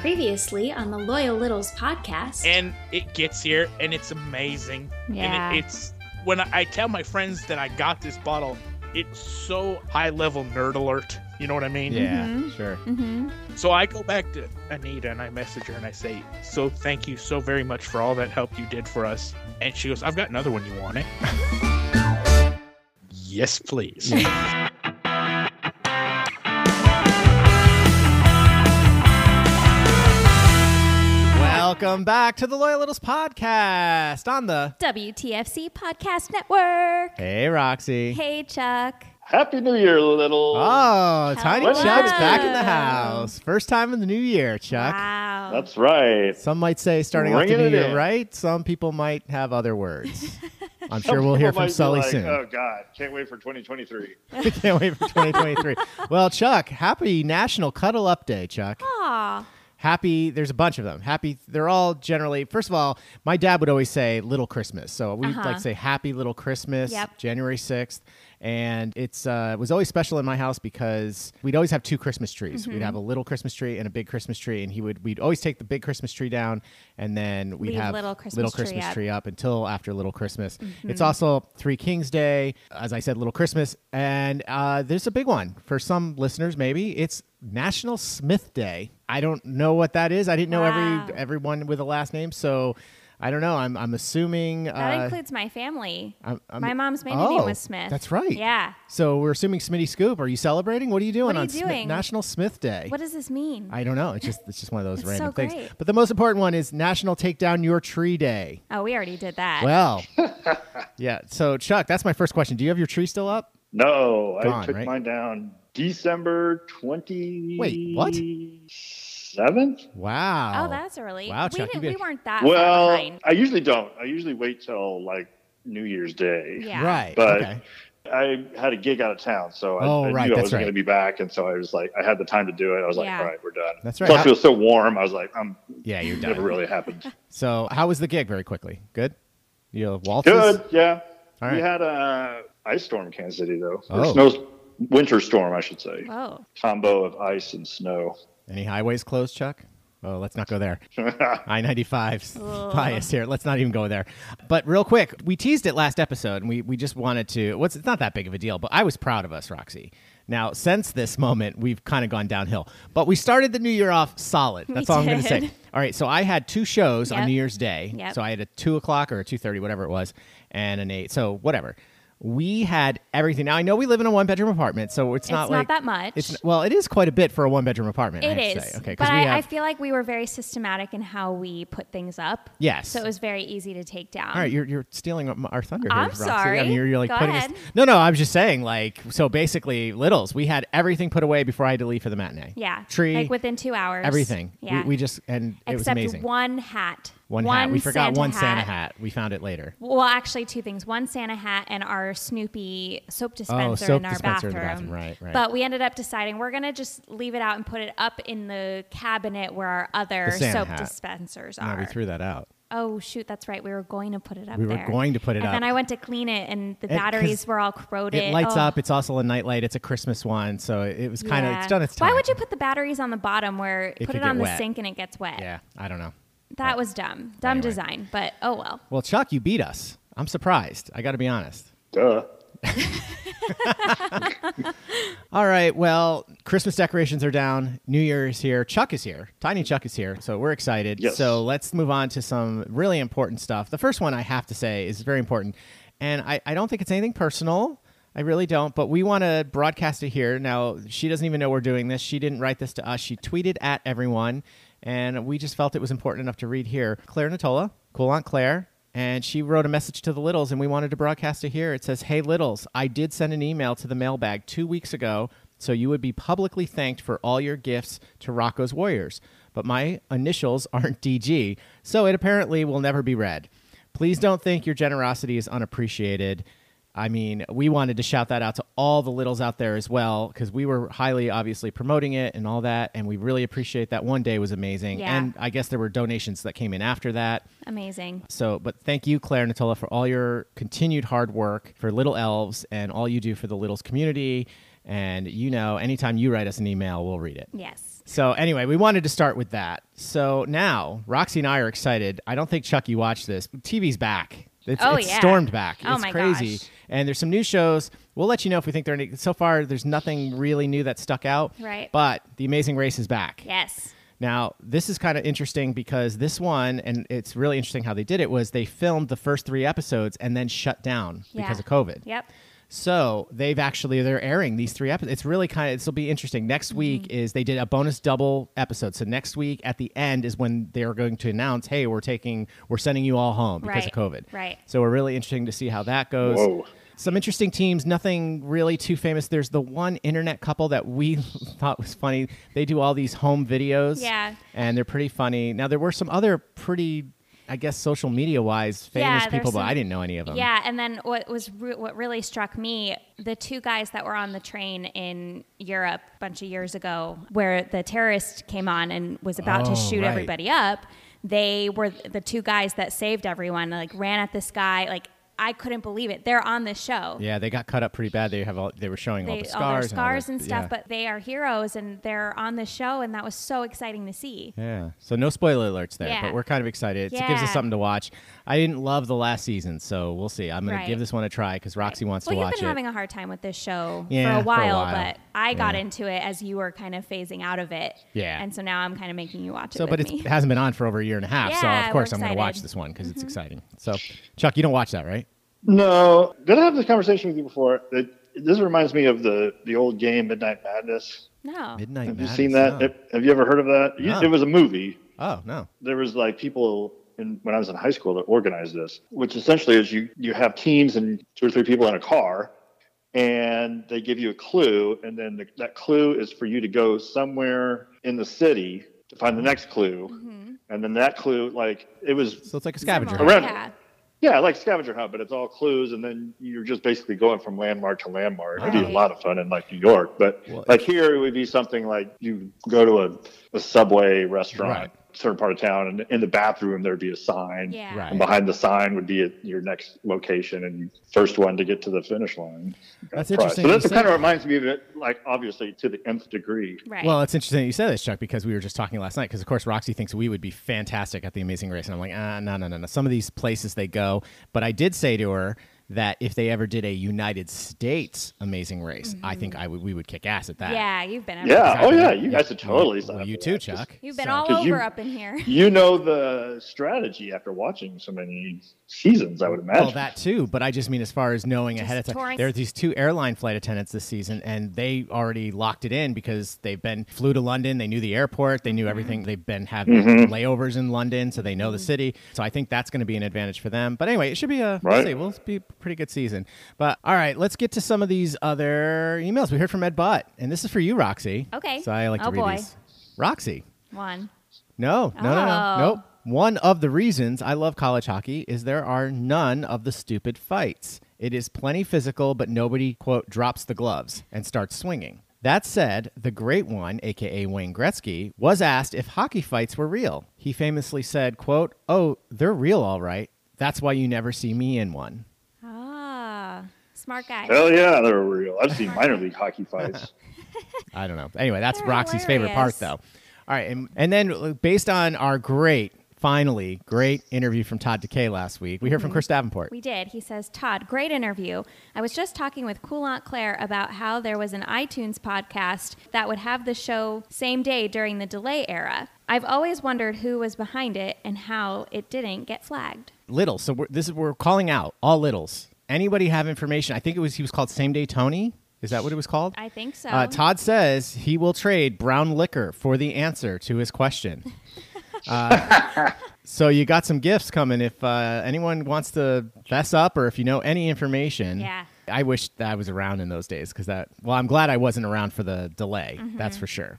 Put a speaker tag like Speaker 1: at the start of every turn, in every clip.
Speaker 1: previously on the Loyal Littles podcast.
Speaker 2: and it gets here and it's amazing
Speaker 1: yeah.
Speaker 2: and it, it's when I, I tell my friends that i got this bottle it's so high level nerd alert you know what i mean
Speaker 3: Yeah,
Speaker 1: Mhm.
Speaker 3: sure.
Speaker 1: mm-hmm.
Speaker 2: so i go back to anita and i message her and i say so thank you so very much for all that help you did for us and she goes i've got another one you want it yes please
Speaker 3: Welcome back to the Loyal Littles podcast on the
Speaker 1: WTFC Podcast Network.
Speaker 3: Hey Roxy.
Speaker 1: Hey, Chuck.
Speaker 4: Happy New Year, little.
Speaker 3: Oh, Tiny
Speaker 4: Hello.
Speaker 3: Chuck's back in the house. First time in the new year, Chuck.
Speaker 1: Wow.
Speaker 4: That's right.
Speaker 3: Some might say starting off the
Speaker 4: Ringing
Speaker 3: new
Speaker 4: it
Speaker 3: year,
Speaker 4: in.
Speaker 3: right? Some people might have other words. I'm
Speaker 4: Some
Speaker 3: sure we'll hear
Speaker 4: people might
Speaker 3: from
Speaker 4: be
Speaker 3: Sully
Speaker 4: like,
Speaker 3: soon.
Speaker 4: Oh God, can't wait for 2023.
Speaker 3: Can't wait for 2023. well, Chuck, happy National Cuddle Up Day,
Speaker 1: Oh,
Speaker 3: Chuck.
Speaker 1: Aw.
Speaker 3: Happy, there's a bunch of them. Happy, they're all generally, first of all, my dad would always say Little Christmas. So we
Speaker 1: Uh-huh.
Speaker 3: like to say Happy Little Christmas,
Speaker 1: Yep.
Speaker 3: January 6th. And it's uh, it was always special in my house because we'd always have two Christmas trees. We'd
Speaker 1: Mm-hmm.
Speaker 3: have a little Christmas tree and a big Christmas tree, and he would we'd always take the big Christmas tree down, and then we'd
Speaker 1: Leave
Speaker 3: have
Speaker 1: little Christmas
Speaker 3: little
Speaker 1: tree
Speaker 3: Christmas
Speaker 1: up.
Speaker 3: tree up until after Little Christmas.
Speaker 1: Mm-hmm.
Speaker 3: It's also Three Kings Day, as I said, Little Christmas, and uh, there's a big one for some listeners. Maybe it's National Smith Day. I don't know what that is. I didn't know
Speaker 1: Wow.
Speaker 3: every everyone with a last name, so I don't know. I'm I'm assuming
Speaker 1: That
Speaker 3: uh,
Speaker 1: includes my family.
Speaker 3: I'm- I'm-
Speaker 1: my mom's maiden name
Speaker 3: Oh,
Speaker 1: was Smith.
Speaker 3: that's right.
Speaker 1: Yeah.
Speaker 3: So we're assuming Smitty Scoop. Are you celebrating? What are you doing
Speaker 1: What are
Speaker 3: on
Speaker 1: you
Speaker 3: Smith-
Speaker 1: doing?
Speaker 3: National Smith Day?
Speaker 1: What does this mean?
Speaker 3: I don't know. It's just it's just one of those
Speaker 1: It's
Speaker 3: random
Speaker 1: so
Speaker 3: things.
Speaker 1: great.
Speaker 3: But the most important one is National Take Down Your Tree Day.
Speaker 1: oh, we already did that.
Speaker 3: Well, yeah. So Chuck, that's my first question. Do you have your tree still up?
Speaker 4: No,
Speaker 3: Gone,
Speaker 4: I took
Speaker 3: right?
Speaker 4: mine down December 20.
Speaker 3: Wait, what?
Speaker 4: Seventh.
Speaker 3: Wow.
Speaker 1: oh, that's early.
Speaker 3: Wow,
Speaker 1: we,
Speaker 3: Chuck,
Speaker 1: didn't,
Speaker 3: you
Speaker 1: we
Speaker 3: get-
Speaker 1: weren't that
Speaker 4: Well,
Speaker 1: far behind.
Speaker 4: I usually don't. I usually wait till like New Year's Day.
Speaker 1: Yeah.
Speaker 3: right.
Speaker 4: But
Speaker 3: okay.
Speaker 4: I had a gig out of town, so I,
Speaker 3: Oh,
Speaker 4: I
Speaker 3: right,
Speaker 4: knew I
Speaker 3: that's
Speaker 4: was
Speaker 3: right.
Speaker 4: going to be back, and so I was like, I had the time to do it. I was like,
Speaker 1: Yeah.
Speaker 4: all right, we're done.
Speaker 3: That's right.
Speaker 4: Plus,
Speaker 3: How-
Speaker 4: it was so warm. I was like, I'm
Speaker 3: Yeah, you're
Speaker 4: never
Speaker 3: done.
Speaker 4: really happened.
Speaker 3: So how was the gig? Very quickly. Good. You have waltzes.
Speaker 4: Good, yeah.
Speaker 3: All right.
Speaker 4: We had a ice storm in Kansas City though. Or
Speaker 3: Oh.
Speaker 4: snow winter storm, I should say.
Speaker 1: Whoa.
Speaker 4: Combo of ice and snow.
Speaker 3: Any highways closed, Chuck? Oh, let's not go there. I 95's
Speaker 1: Ugh.
Speaker 3: bias here. Let's not even go there. But real quick, we teased it last episode and we, we just wanted to. What's It's not that big of a deal, but I was proud of us, Roxy. Now, since this moment, we've kind of gone downhill. But we started the new year off solid. That's all I'm going to
Speaker 1: did.
Speaker 3: say. All right, so I had two shows
Speaker 1: Yep.
Speaker 3: on New Year's Day.
Speaker 1: Yep.
Speaker 3: So I had a two o'clock or a two thirty, whatever it was, and an eight. So whatever. We had everything. Now I know we live in a one bedroom apartment, so it's,
Speaker 1: It's not
Speaker 3: like
Speaker 1: that much.
Speaker 3: It's well, it is quite a bit for a one bedroom apartment.
Speaker 1: It
Speaker 3: I have to
Speaker 1: is.
Speaker 3: say. Okay, 'cause
Speaker 1: but
Speaker 3: we
Speaker 1: I,
Speaker 3: have,
Speaker 1: I feel like we were very systematic in how we put things up.
Speaker 3: Yes.
Speaker 1: So it was very easy to take down.
Speaker 3: All right, you're you're stealing our- our thunder.
Speaker 1: I'm
Speaker 3: here, Roxy. I
Speaker 1: sorry.
Speaker 3: mean, you're, you're like
Speaker 1: Go
Speaker 3: putting
Speaker 1: ahead.
Speaker 3: us. No, no. I'm just saying, like, so basically, littles. We had everything put away before I had to leave for the matinee.
Speaker 1: Yeah.
Speaker 3: tree,
Speaker 1: Like within two hours.
Speaker 3: everything.
Speaker 1: Yeah.
Speaker 3: We, we just and it was
Speaker 1: Except
Speaker 3: amazing.
Speaker 1: one hat.
Speaker 3: One hat. We forgot
Speaker 1: Santa
Speaker 3: one Santa hat. We found it later.
Speaker 1: Well, actually, two things. One Santa hat and our Snoopy soap dispenser
Speaker 3: Oh, soap
Speaker 1: in our
Speaker 3: dispenser in the
Speaker 1: bathroom.
Speaker 3: bathroom, right, right.
Speaker 1: But we ended up deciding we're going to just leave it out and put it up in the cabinet where our other
Speaker 3: The Santa
Speaker 1: soap
Speaker 3: hat.
Speaker 1: dispensers
Speaker 3: No,
Speaker 1: are.
Speaker 3: we threw that out.
Speaker 1: oh, shoot, that's right. We were going to put it up
Speaker 3: We were
Speaker 1: there.
Speaker 3: going to put it
Speaker 1: and
Speaker 3: up.
Speaker 1: then I went to clean it, and the
Speaker 3: It- 'cause
Speaker 1: batteries were all corroded.
Speaker 3: It lights
Speaker 1: Oh,
Speaker 3: up. It's also a nightlight. It's a Christmas one, so it was kind of
Speaker 1: yeah.
Speaker 3: it's done its time.
Speaker 1: Why would you put the batteries on the bottom where
Speaker 3: It
Speaker 1: put
Speaker 3: could
Speaker 1: it on
Speaker 3: get
Speaker 1: the
Speaker 3: wet.
Speaker 1: sink and it gets wet?
Speaker 3: Yeah, I don't know.
Speaker 1: That was dumb. Dumb
Speaker 3: Anyway.
Speaker 1: design, but oh well.
Speaker 3: Well, Chuck, you beat us. I'm surprised. I got to be honest.
Speaker 4: Duh.
Speaker 3: All right. Well, Christmas decorations are down. New Year is here. Chuck is here. Tiny Chuck is here. So we're excited.
Speaker 4: Yes.
Speaker 3: So let's move on to some really important stuff. The first one I have to say is very important. And I, I don't think it's anything personal. I really don't. But we want to broadcast it here. Now, she doesn't even know we're doing this. She didn't write this to us. She tweeted at everyone. And we just felt it was important enough to read here. Claire Natola, cool Aunt Claire, and she wrote a message to the Littles, and we wanted to broadcast it here. It says, Hey, Littles, I did send an email to the mailbag two weeks ago, so you would be publicly thanked for all your gifts to Rocco's Warriors. But my initials aren't DG, so it apparently will never be read. Please don't think your generosity is unappreciated. I mean, we wanted to shout that out to all the littles out there as well because we were highly obviously promoting it and all that, and we really appreciate that. One day was amazing,
Speaker 1: Yeah.
Speaker 3: and I guess there were donations that came in after that.
Speaker 1: Amazing.
Speaker 3: So, but thank you, Claire and Natola, for all your continued hard work for Little Elves and all you do for the Littles community. And you know, anytime you write us an email, we'll read it.
Speaker 1: Yes.
Speaker 3: So anyway, we wanted to start with that. So now Roxy and I are excited. I don't think Chucky watched this. TV's back. It's,
Speaker 1: Oh,
Speaker 3: it's
Speaker 1: yeah.
Speaker 3: stormed back.
Speaker 1: Oh,
Speaker 3: it's
Speaker 1: my
Speaker 3: crazy.
Speaker 1: gosh.
Speaker 3: And there's some new shows. We'll let you know if we think they're any. So far, there's nothing really new that stuck out.
Speaker 1: Right.
Speaker 3: But The Amazing Race is back.
Speaker 1: Yes.
Speaker 3: Now, this is kind of interesting because this one, and it's really interesting how they did it, was they filmed the first three episodes and then shut down
Speaker 1: Yeah.
Speaker 3: because of COVID.
Speaker 1: Yep.
Speaker 3: So they've actually they're airing these three episodes. It's really kind of this will be interesting.
Speaker 1: Mm-hmm.
Speaker 3: Next week is they did a bonus double episode. So next week at the end is when they are going to announce, hey, we're taking we're sending you all home because of
Speaker 1: Right,
Speaker 3: COVID.
Speaker 1: right.
Speaker 3: So we're really interesting to see how that goes.
Speaker 4: Whoa.
Speaker 3: Some interesting teams, nothing really too famous. There's the one internet couple that we thought was funny. They do all these home videos.
Speaker 1: Yeah.
Speaker 3: And they're pretty funny. Now there were some other pretty I guess social media wise
Speaker 1: Yeah,
Speaker 3: famous
Speaker 1: there's
Speaker 3: people, but
Speaker 1: some-
Speaker 3: I didn't know any of them.
Speaker 1: Yeah, and then what was re- what really struck me, the two guys that were on the train in Europe a bunch of years ago where the terrorist came on and was about
Speaker 3: Oh,
Speaker 1: to shoot
Speaker 3: right.
Speaker 1: everybody up, they were the two guys that saved everyone, like ran at this guy, like I couldn't believe it. They're on this show.
Speaker 3: Yeah, they got cut up pretty bad. They have all they were showing all
Speaker 1: They,
Speaker 3: the
Speaker 1: all, their
Speaker 3: scars, all
Speaker 1: scars
Speaker 3: the-
Speaker 1: and stuff,
Speaker 3: yeah.
Speaker 1: but they are heroes and they're on the show, and that was so exciting to see.
Speaker 3: yeah. So no spoiler alerts there,
Speaker 1: Yeah.
Speaker 3: but we're kind of excited. It gives
Speaker 1: Yeah.
Speaker 3: us something to watch. I didn't love the last season, so we'll see. I'm gonna
Speaker 1: Right.
Speaker 3: give this one a try because Roxy wants
Speaker 1: well,
Speaker 3: to
Speaker 1: you've
Speaker 3: watch
Speaker 1: been
Speaker 3: it.
Speaker 1: having a hard time with this show
Speaker 3: Yeah,
Speaker 1: for,
Speaker 3: for
Speaker 1: a
Speaker 3: a
Speaker 1: while,
Speaker 3: while.
Speaker 1: but I got
Speaker 3: Yeah.
Speaker 1: into it as you were kind of phasing out of it.
Speaker 3: Yeah.
Speaker 1: And so now I'm kind of making you watch it
Speaker 3: so,
Speaker 1: with
Speaker 3: but it's,
Speaker 1: me.
Speaker 3: it hasn't been on for over a year and a half. so
Speaker 1: Yeah,
Speaker 3: of
Speaker 1: we're
Speaker 3: course I'm gonna
Speaker 1: excited.
Speaker 3: watch
Speaker 1: Mm-hmm.
Speaker 3: this one because it's exciting. So, Chuck, you don't watch that, right?
Speaker 4: No, did I have this conversation with you before? It, this reminds me of the the old game Midnight Madness.
Speaker 1: no.
Speaker 3: Midnight.
Speaker 4: Have
Speaker 3: Madness,
Speaker 4: you seen that?
Speaker 3: no.
Speaker 4: Have- Have you ever heard of that? You-
Speaker 3: No.
Speaker 4: It was a movie.
Speaker 3: Oh no.
Speaker 4: There was like people in, when I was in high school that organized this, which essentially is you you have teams and two or three people in a car, and they give you a clue, and then the, that clue is for you to go somewhere in the city to find the next clue,
Speaker 1: Mm-hmm.
Speaker 4: and then that clue like it was
Speaker 3: So it's like a scavenger.
Speaker 1: Similar.
Speaker 3: hunt.
Speaker 4: Around-
Speaker 1: Yeah.
Speaker 4: Yeah, like scavenger hunt, but it's all clues, and then you're just basically going from landmark to landmark. It'd be
Speaker 1: Right.
Speaker 4: a lot of fun in like New York, but
Speaker 3: Well,
Speaker 4: like here, it would be something like you go to a, a subway restaurant,
Speaker 3: Right.
Speaker 4: certain part of town, and in the bathroom there'd be a sign,
Speaker 1: Yeah.
Speaker 3: Right.
Speaker 4: and behind the sign would be at your next location, and first one to get to the finish line.
Speaker 3: That's
Speaker 4: Right.
Speaker 3: interesting.
Speaker 4: So
Speaker 3: you
Speaker 4: that
Speaker 3: say
Speaker 4: kind
Speaker 3: that.
Speaker 4: of reminds me of it, like obviously to the nth degree.
Speaker 1: Right.
Speaker 3: Well, it's interesting that you said this, Chuck, because we were just talking last night. Because of course, Roxy thinks we would be fantastic at the Amazing Race, and I'm like, ah, no, no, no, no. Some of these places they go, but I did say to her that if they ever did a United States Amazing Race, I think I would we would kick ass at that.
Speaker 1: Mm-hmm. yeah, you've been everywhere.
Speaker 4: Yeah. Oh yeah, you guys would totally. sign
Speaker 3: Well,
Speaker 4: up
Speaker 3: you
Speaker 4: for
Speaker 3: too,
Speaker 4: that. Just-
Speaker 3: Chuck.
Speaker 1: You've been
Speaker 3: So-
Speaker 1: all
Speaker 4: 'Cause
Speaker 1: over
Speaker 4: you-
Speaker 1: up in here.
Speaker 4: You know the strategy after watching so many seasons, I would imagine.
Speaker 3: Well, that too, but I just mean as far as knowing ahead of time.
Speaker 1: touring.
Speaker 3: There are these two airline flight attendants this season, and they already locked it in because they've been flew to London. They knew the airport. They knew
Speaker 1: Mm-hmm.
Speaker 3: everything. They've been having
Speaker 4: Mm-hmm.
Speaker 3: layovers in London, so they know the city. So I think that's going to be an advantage for them. But anyway, it should be a we'll
Speaker 4: Right.
Speaker 3: see. We'll be a pretty good season. But all right, let's get to some of these other emails we heard from Ed Butt, and this is for you, Roxy.
Speaker 1: Okay.
Speaker 3: So I like to
Speaker 1: Oh,
Speaker 3: read
Speaker 1: boy.
Speaker 3: these. Roxy.
Speaker 1: One.
Speaker 3: No, no, no, no,
Speaker 1: Oh.
Speaker 3: nope. One of the reasons I love college hockey is there are none of the stupid fights. It is plenty physical, but nobody, quote, drops the gloves and starts swinging. That said, the great one, aka Wayne Gretzky, was asked if hockey fights were real. He famously said, quote, Oh, they're real, all right. That's why you never see me in one.
Speaker 1: Ah. Smart guy.
Speaker 4: Hell yeah, they're real. I've seen minor league hockey fights.
Speaker 3: I don't know. Anyway, that's
Speaker 1: They're
Speaker 3: Roxy's favorite part,
Speaker 1: hilarious.
Speaker 3: though. All right, and, and then uh, based on our great, finally, great interview from Todd DeKay last week, we hear
Speaker 1: Mm-hmm.
Speaker 3: from Chris Davenport.
Speaker 1: We did. He says, Todd, great interview. I was just talking with Cool Aunt Claire about how there was an iTunes podcast that would have the show same day during the delay era. I've always wondered who was behind it and how it didn't get flagged.
Speaker 3: Little. So we're, this is we're calling out all littles. Anybody have information? I think it was he was called Same Day Tony. Is that what it was called?
Speaker 1: I think so.
Speaker 3: Uh, Todd says he will trade brown liquor for the answer to his question. Uh, so you got some gifts coming. If uh, anyone wants to fess up, or if you know any information,
Speaker 1: Yeah.
Speaker 3: I wish that I was around in those days because that. Well, I'm glad I wasn't around for the delay.
Speaker 1: Mm-hmm.
Speaker 3: That's for sure.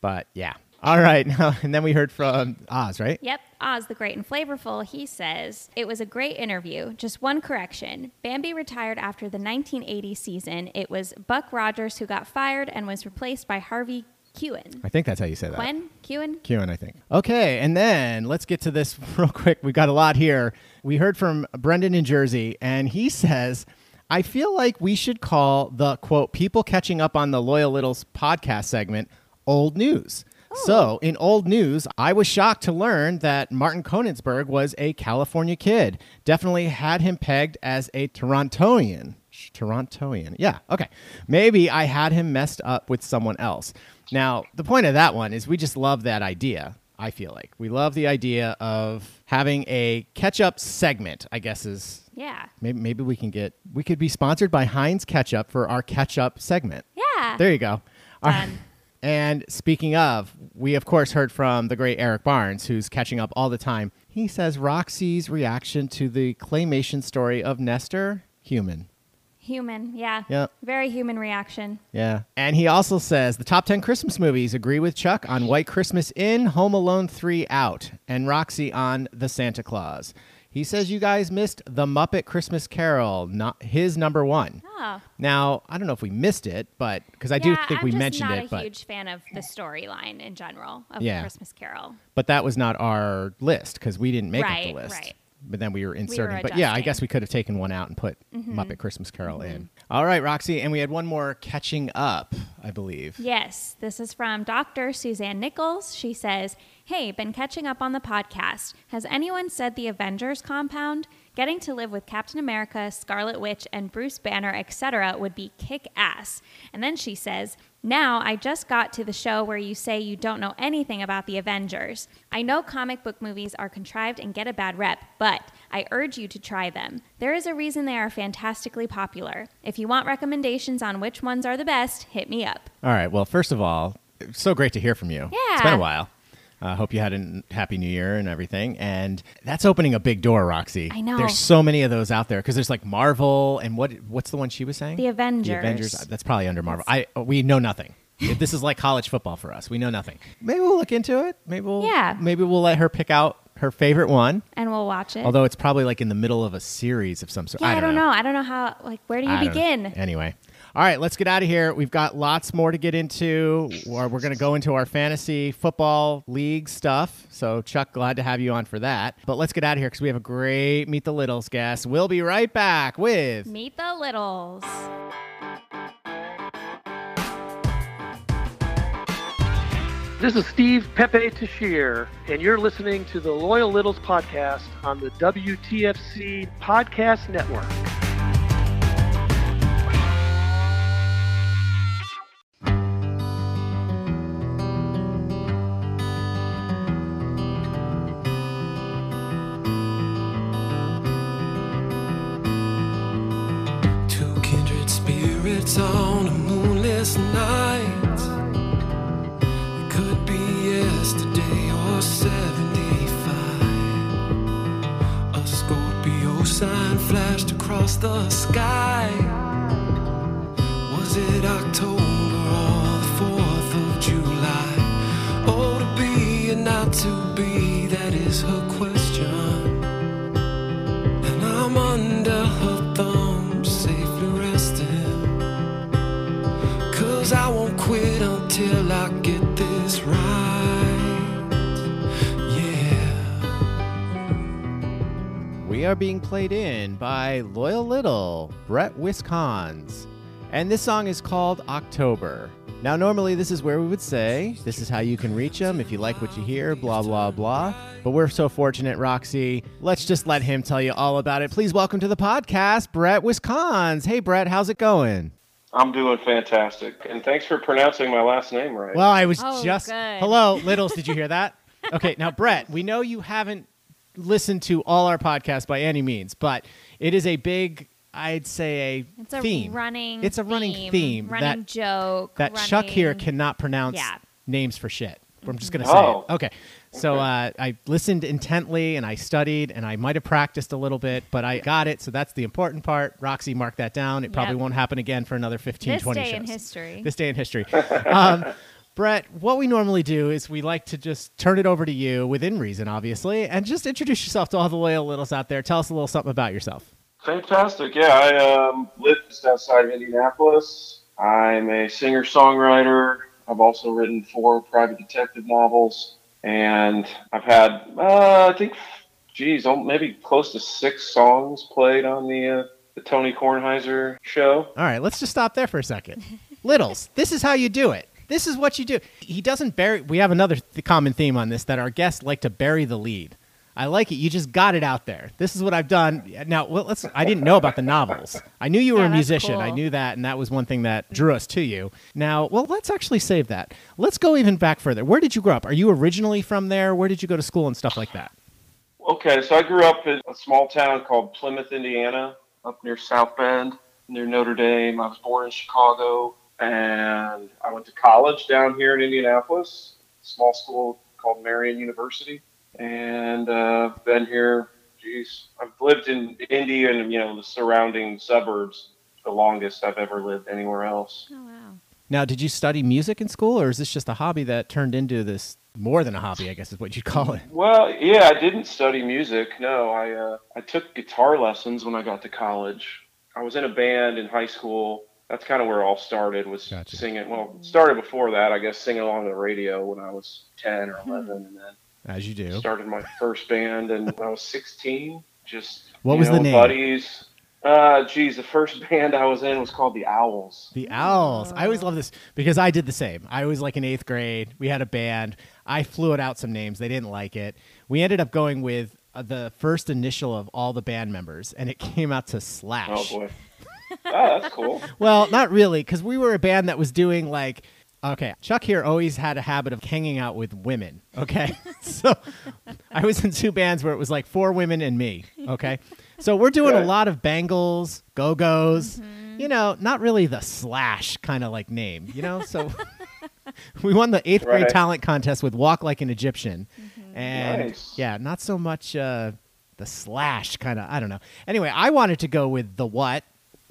Speaker 3: But yeah. All right. Now and then we heard from Oz, right?
Speaker 1: Yep, Oz the Great and Flavorful, he says, It was a great interview. Just one correction. Bambi retired after the 1980 season. It was Buck Rogers who got fired and was replaced by Harvey Kewen.
Speaker 3: I think that's how you say that.
Speaker 1: Gwen? Kewen?
Speaker 3: Kewen, I think. Okay, and then let's get to this real quick. We've got a lot here. We heard from Brendan in Jersey, and he says, I feel like we should call the quote people catching up on the Loyal Littles podcast segment old news. So, in old news, I was shocked to learn that Martin Konigsberg was a California kid. Definitely had him pegged as a Torontoian. Sh- Torontoian. Yeah, okay. Maybe I had him messed up with someone else. Now, the point of that one is we just love that idea. I feel like we love the idea of having a catch up segment, I guess is
Speaker 1: Yeah.
Speaker 3: maybe, maybe we can get, we could be sponsored by Heinz Ketchup for our catch up segment.
Speaker 1: Yeah.
Speaker 3: There you go. All right. And speaking of, we of course heard from the great Eric Barnes, who's catching up all the time. He says Roxy's reaction to the claymation story of Nestor, human.
Speaker 1: Human. Yeah.
Speaker 3: Yep.
Speaker 1: Very human reaction.
Speaker 3: Yeah. And he also says the top 10 Christmas movies agree with Chuck on White Christmas in, Home Alone 3 out, and Roxy on The Santa Claus. He says you guys missed The Muppet Christmas Carol, not his number one.
Speaker 1: Oh.
Speaker 3: Now, I don't know if we missed it, but because I do
Speaker 1: yeah,
Speaker 3: think
Speaker 1: I'm
Speaker 3: we
Speaker 1: just
Speaker 3: mentioned
Speaker 1: not
Speaker 3: it,
Speaker 1: a
Speaker 3: but
Speaker 1: huge fan of the storyline in general of
Speaker 3: Yeah.
Speaker 1: Christmas Carol.
Speaker 3: but that was not our list because we didn't make up
Speaker 1: Right,
Speaker 3: the list.
Speaker 1: right.
Speaker 3: But then we were inserting. but yeah, I
Speaker 1: adjusting. Mm-hmm.
Speaker 3: guess we could have taken one out and put Muppet Christmas Carol in. All right, Roxy, and we had one more catching up, I believe.
Speaker 1: Yes, this is from Dr. Suzanne Nichols. She says, Hey, been catching up on the podcast. Has anyone said the Avengers compound? Getting to live with Captain America, Scarlet Witch, and Bruce Banner, etc., would be kick ass. And then she says, Now I just got to the show where you say you don't know anything about the Avengers. I know comic book movies are contrived and get a bad rep, but I urge you to try them. There is a reason they are fantastically popular. If you want recommendations on which ones are the best, hit me up.
Speaker 3: All right. Well, first of all, it's so great to hear from you. It's been
Speaker 1: Yeah.
Speaker 3: a while. I hope you had a n- happy new year and everything. And that's opening a big door, Roxy.
Speaker 1: I know.
Speaker 3: There's so many of those out there because there's like Marvel and what what's the one she was saying?
Speaker 1: The Avengers.
Speaker 3: The Avengers. Uh, That's probably under Marvel. I we know nothing. this is like college football for us. We know nothing. Maybe we'll look into it. Maybe we'll
Speaker 1: Yeah.
Speaker 3: Maybe we'll let her pick out her favorite one.
Speaker 1: and we'll watch it.
Speaker 3: Although it's probably like in the middle of a series of some sort.
Speaker 1: Uh, yeah, I don't, know. I don't know how. Like, where do you
Speaker 3: I don't know.
Speaker 1: begin?
Speaker 3: Anyway. All right, let's get out of here. We've got lots more to get into. We're, we're going to go into our fantasy football league stuff. So, Chuck, glad to have you on for that. But let's get out of here because we have a great Meet the Littles guest. We'll be right back with.
Speaker 1: Meet the Littles.
Speaker 5: This is Steve Pepe Tashir, and you're listening to the Loyal Littles podcast on the WTFC Podcast Network.
Speaker 6: Two kindred spirits on a moonless night. It could be yesterday or 75. A Scorpio sign flashed across the sky. Was it October or the 4th of July? Oh, to be and not to be, that is her question. And I'm under her thumb, safely resting. Cause I won't quit until I get this right. Yeah.
Speaker 3: We are being played in by Loyal Little, Brett Wiscons. And this song is called October. Now, normally, this is where we would say, This is how you can reach him if you like what you hear, blah, blah, blah. But we're so fortunate, Roxy. Let's just let him tell you all about it. Please welcome to the podcast, Brett Wiscons. Hey, Brett, how's it going?
Speaker 7: I'm doing fantastic, and thanks for pronouncing my last name right.
Speaker 3: Well, I was
Speaker 1: Oh,
Speaker 3: just.
Speaker 1: good.
Speaker 3: Hello, Littles. Did you hear that? Okay, now, Brett, we know you haven't listened to all our podcasts by any means, but it is a big, I'd say, a
Speaker 1: It's a
Speaker 3: theme.
Speaker 1: running.
Speaker 3: It's a running theme
Speaker 1: Running
Speaker 3: that-
Speaker 1: joke.
Speaker 3: that Chuck here
Speaker 1: running-
Speaker 3: cannot pronounce
Speaker 1: Yeah.
Speaker 3: names for shit. I'm just gonna say
Speaker 7: Oh.
Speaker 3: it. Okay. So uh, I listened intently and I studied and I might have practiced a little bit, but I got it. So that's the important part. Roxy, mark that down. It probably
Speaker 1: Yep.
Speaker 3: won't happen again for another 15,
Speaker 1: This
Speaker 3: 20
Speaker 1: day
Speaker 3: shows.
Speaker 1: in history.
Speaker 3: This day in history. um, Brett, what we normally do is we like to just turn it over to you within reason, obviously, and just introduce yourself to all the loyal littles out there. Tell us a little something about yourself.
Speaker 7: Fantastic. Yeah, I um, live just outside of Indianapolis. I'm a singer songwriter. I've also written four private detective novels, and I've had uh, I think, geez, oh, maybe close to six songs played on the uh, the Tony Kornheiser show.
Speaker 3: All right, let's just stop there for a second. Littles, this is how you do it. This is what you do. He doesn't bury. We have another th- common theme on this that our guests like to bury the lead. I like it. You just got it out there. This is what I've done. Now, well, let's. I didn't know about the novels. I knew you were
Speaker 1: Yeah,
Speaker 3: a
Speaker 1: that's
Speaker 3: musician. I
Speaker 1: cool.
Speaker 3: knew that, and that was one thing that drew us to you. Now, well, let's actually save that. Let's go even back further. Where did you grow up? Are you originally from there? Where did you go to school and stuff like that?
Speaker 7: Okay, so I grew up in a small town called Plymouth, Indiana, up near South Bend, near Notre Dame. I was born in Chicago, and I went to college down here in Indianapolis, a small school called Marion University, and uh, been here. Geez, I've lived in Indy and you know the surrounding suburbs the longest I've ever lived anywhere else.
Speaker 1: Oh wow.
Speaker 3: Now, did you study music in school, or is this just a hobby that turned into this more than a hobby? I guess is what you'd call it.
Speaker 7: Well, yeah, I didn't study music. No, I uh, I took guitar lessons when I got to college. I was in a band in high school. That's kind of where it all started was
Speaker 3: Gotcha.
Speaker 7: singing. Well, it started before that, I guess, singing along the radio when I was ten or eleven, and then
Speaker 3: As you do.
Speaker 7: started my first band. And when I was sixteen, just
Speaker 3: What
Speaker 7: you
Speaker 3: was the
Speaker 7: know,
Speaker 3: name?
Speaker 7: Buddies. Uh, geez, the first band I was in was called the Owls.
Speaker 3: The Owls. I always love
Speaker 7: Oh.
Speaker 3: this because I did the same. I was like in eighth grade. We had a band. I flew it out some names. They didn't like it. We ended up going with uh, the first initial of all the band members, and it came out to Slash.
Speaker 7: Oh boy. Oh, that's cool.
Speaker 3: Well, not really, because we were a band that was doing like, okay, Chuck here always had a habit of hanging out with women. Okay. so I was in two bands where it was like four women and me. Okay. So we're doing a
Speaker 7: Yeah.
Speaker 3: lot of bangles, go go's, you know, not really the slash kind of like name, you know? So we won the eighth grade
Speaker 7: Right.
Speaker 3: talent contest with Walk Like an Egyptian. And
Speaker 7: Nice.
Speaker 3: yeah, not so much uh, the slash kind of, I don't know. Anyway, I wanted to go with the what.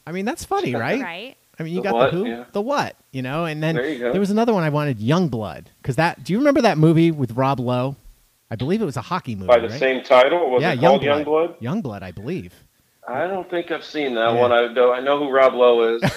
Speaker 3: I mean, that's funny, right?
Speaker 1: Right.
Speaker 3: I mean, you
Speaker 7: The
Speaker 3: got
Speaker 7: what,
Speaker 3: the who,
Speaker 7: yeah.
Speaker 3: the what, you know, and then
Speaker 7: There you go.
Speaker 3: there was another one I wanted, Young Blood, because that. Do you remember that movie with Rob Lowe? I believe it was a hockey movie.
Speaker 7: By the
Speaker 3: right?
Speaker 7: same title, was
Speaker 3: yeah,
Speaker 7: it called
Speaker 3: Young
Speaker 7: Youngblood?
Speaker 3: Blood. Young Blood, I believe.
Speaker 7: I don't think I've seen that
Speaker 3: Yeah.
Speaker 7: one. I know I know who Rob Lowe is.
Speaker 3: All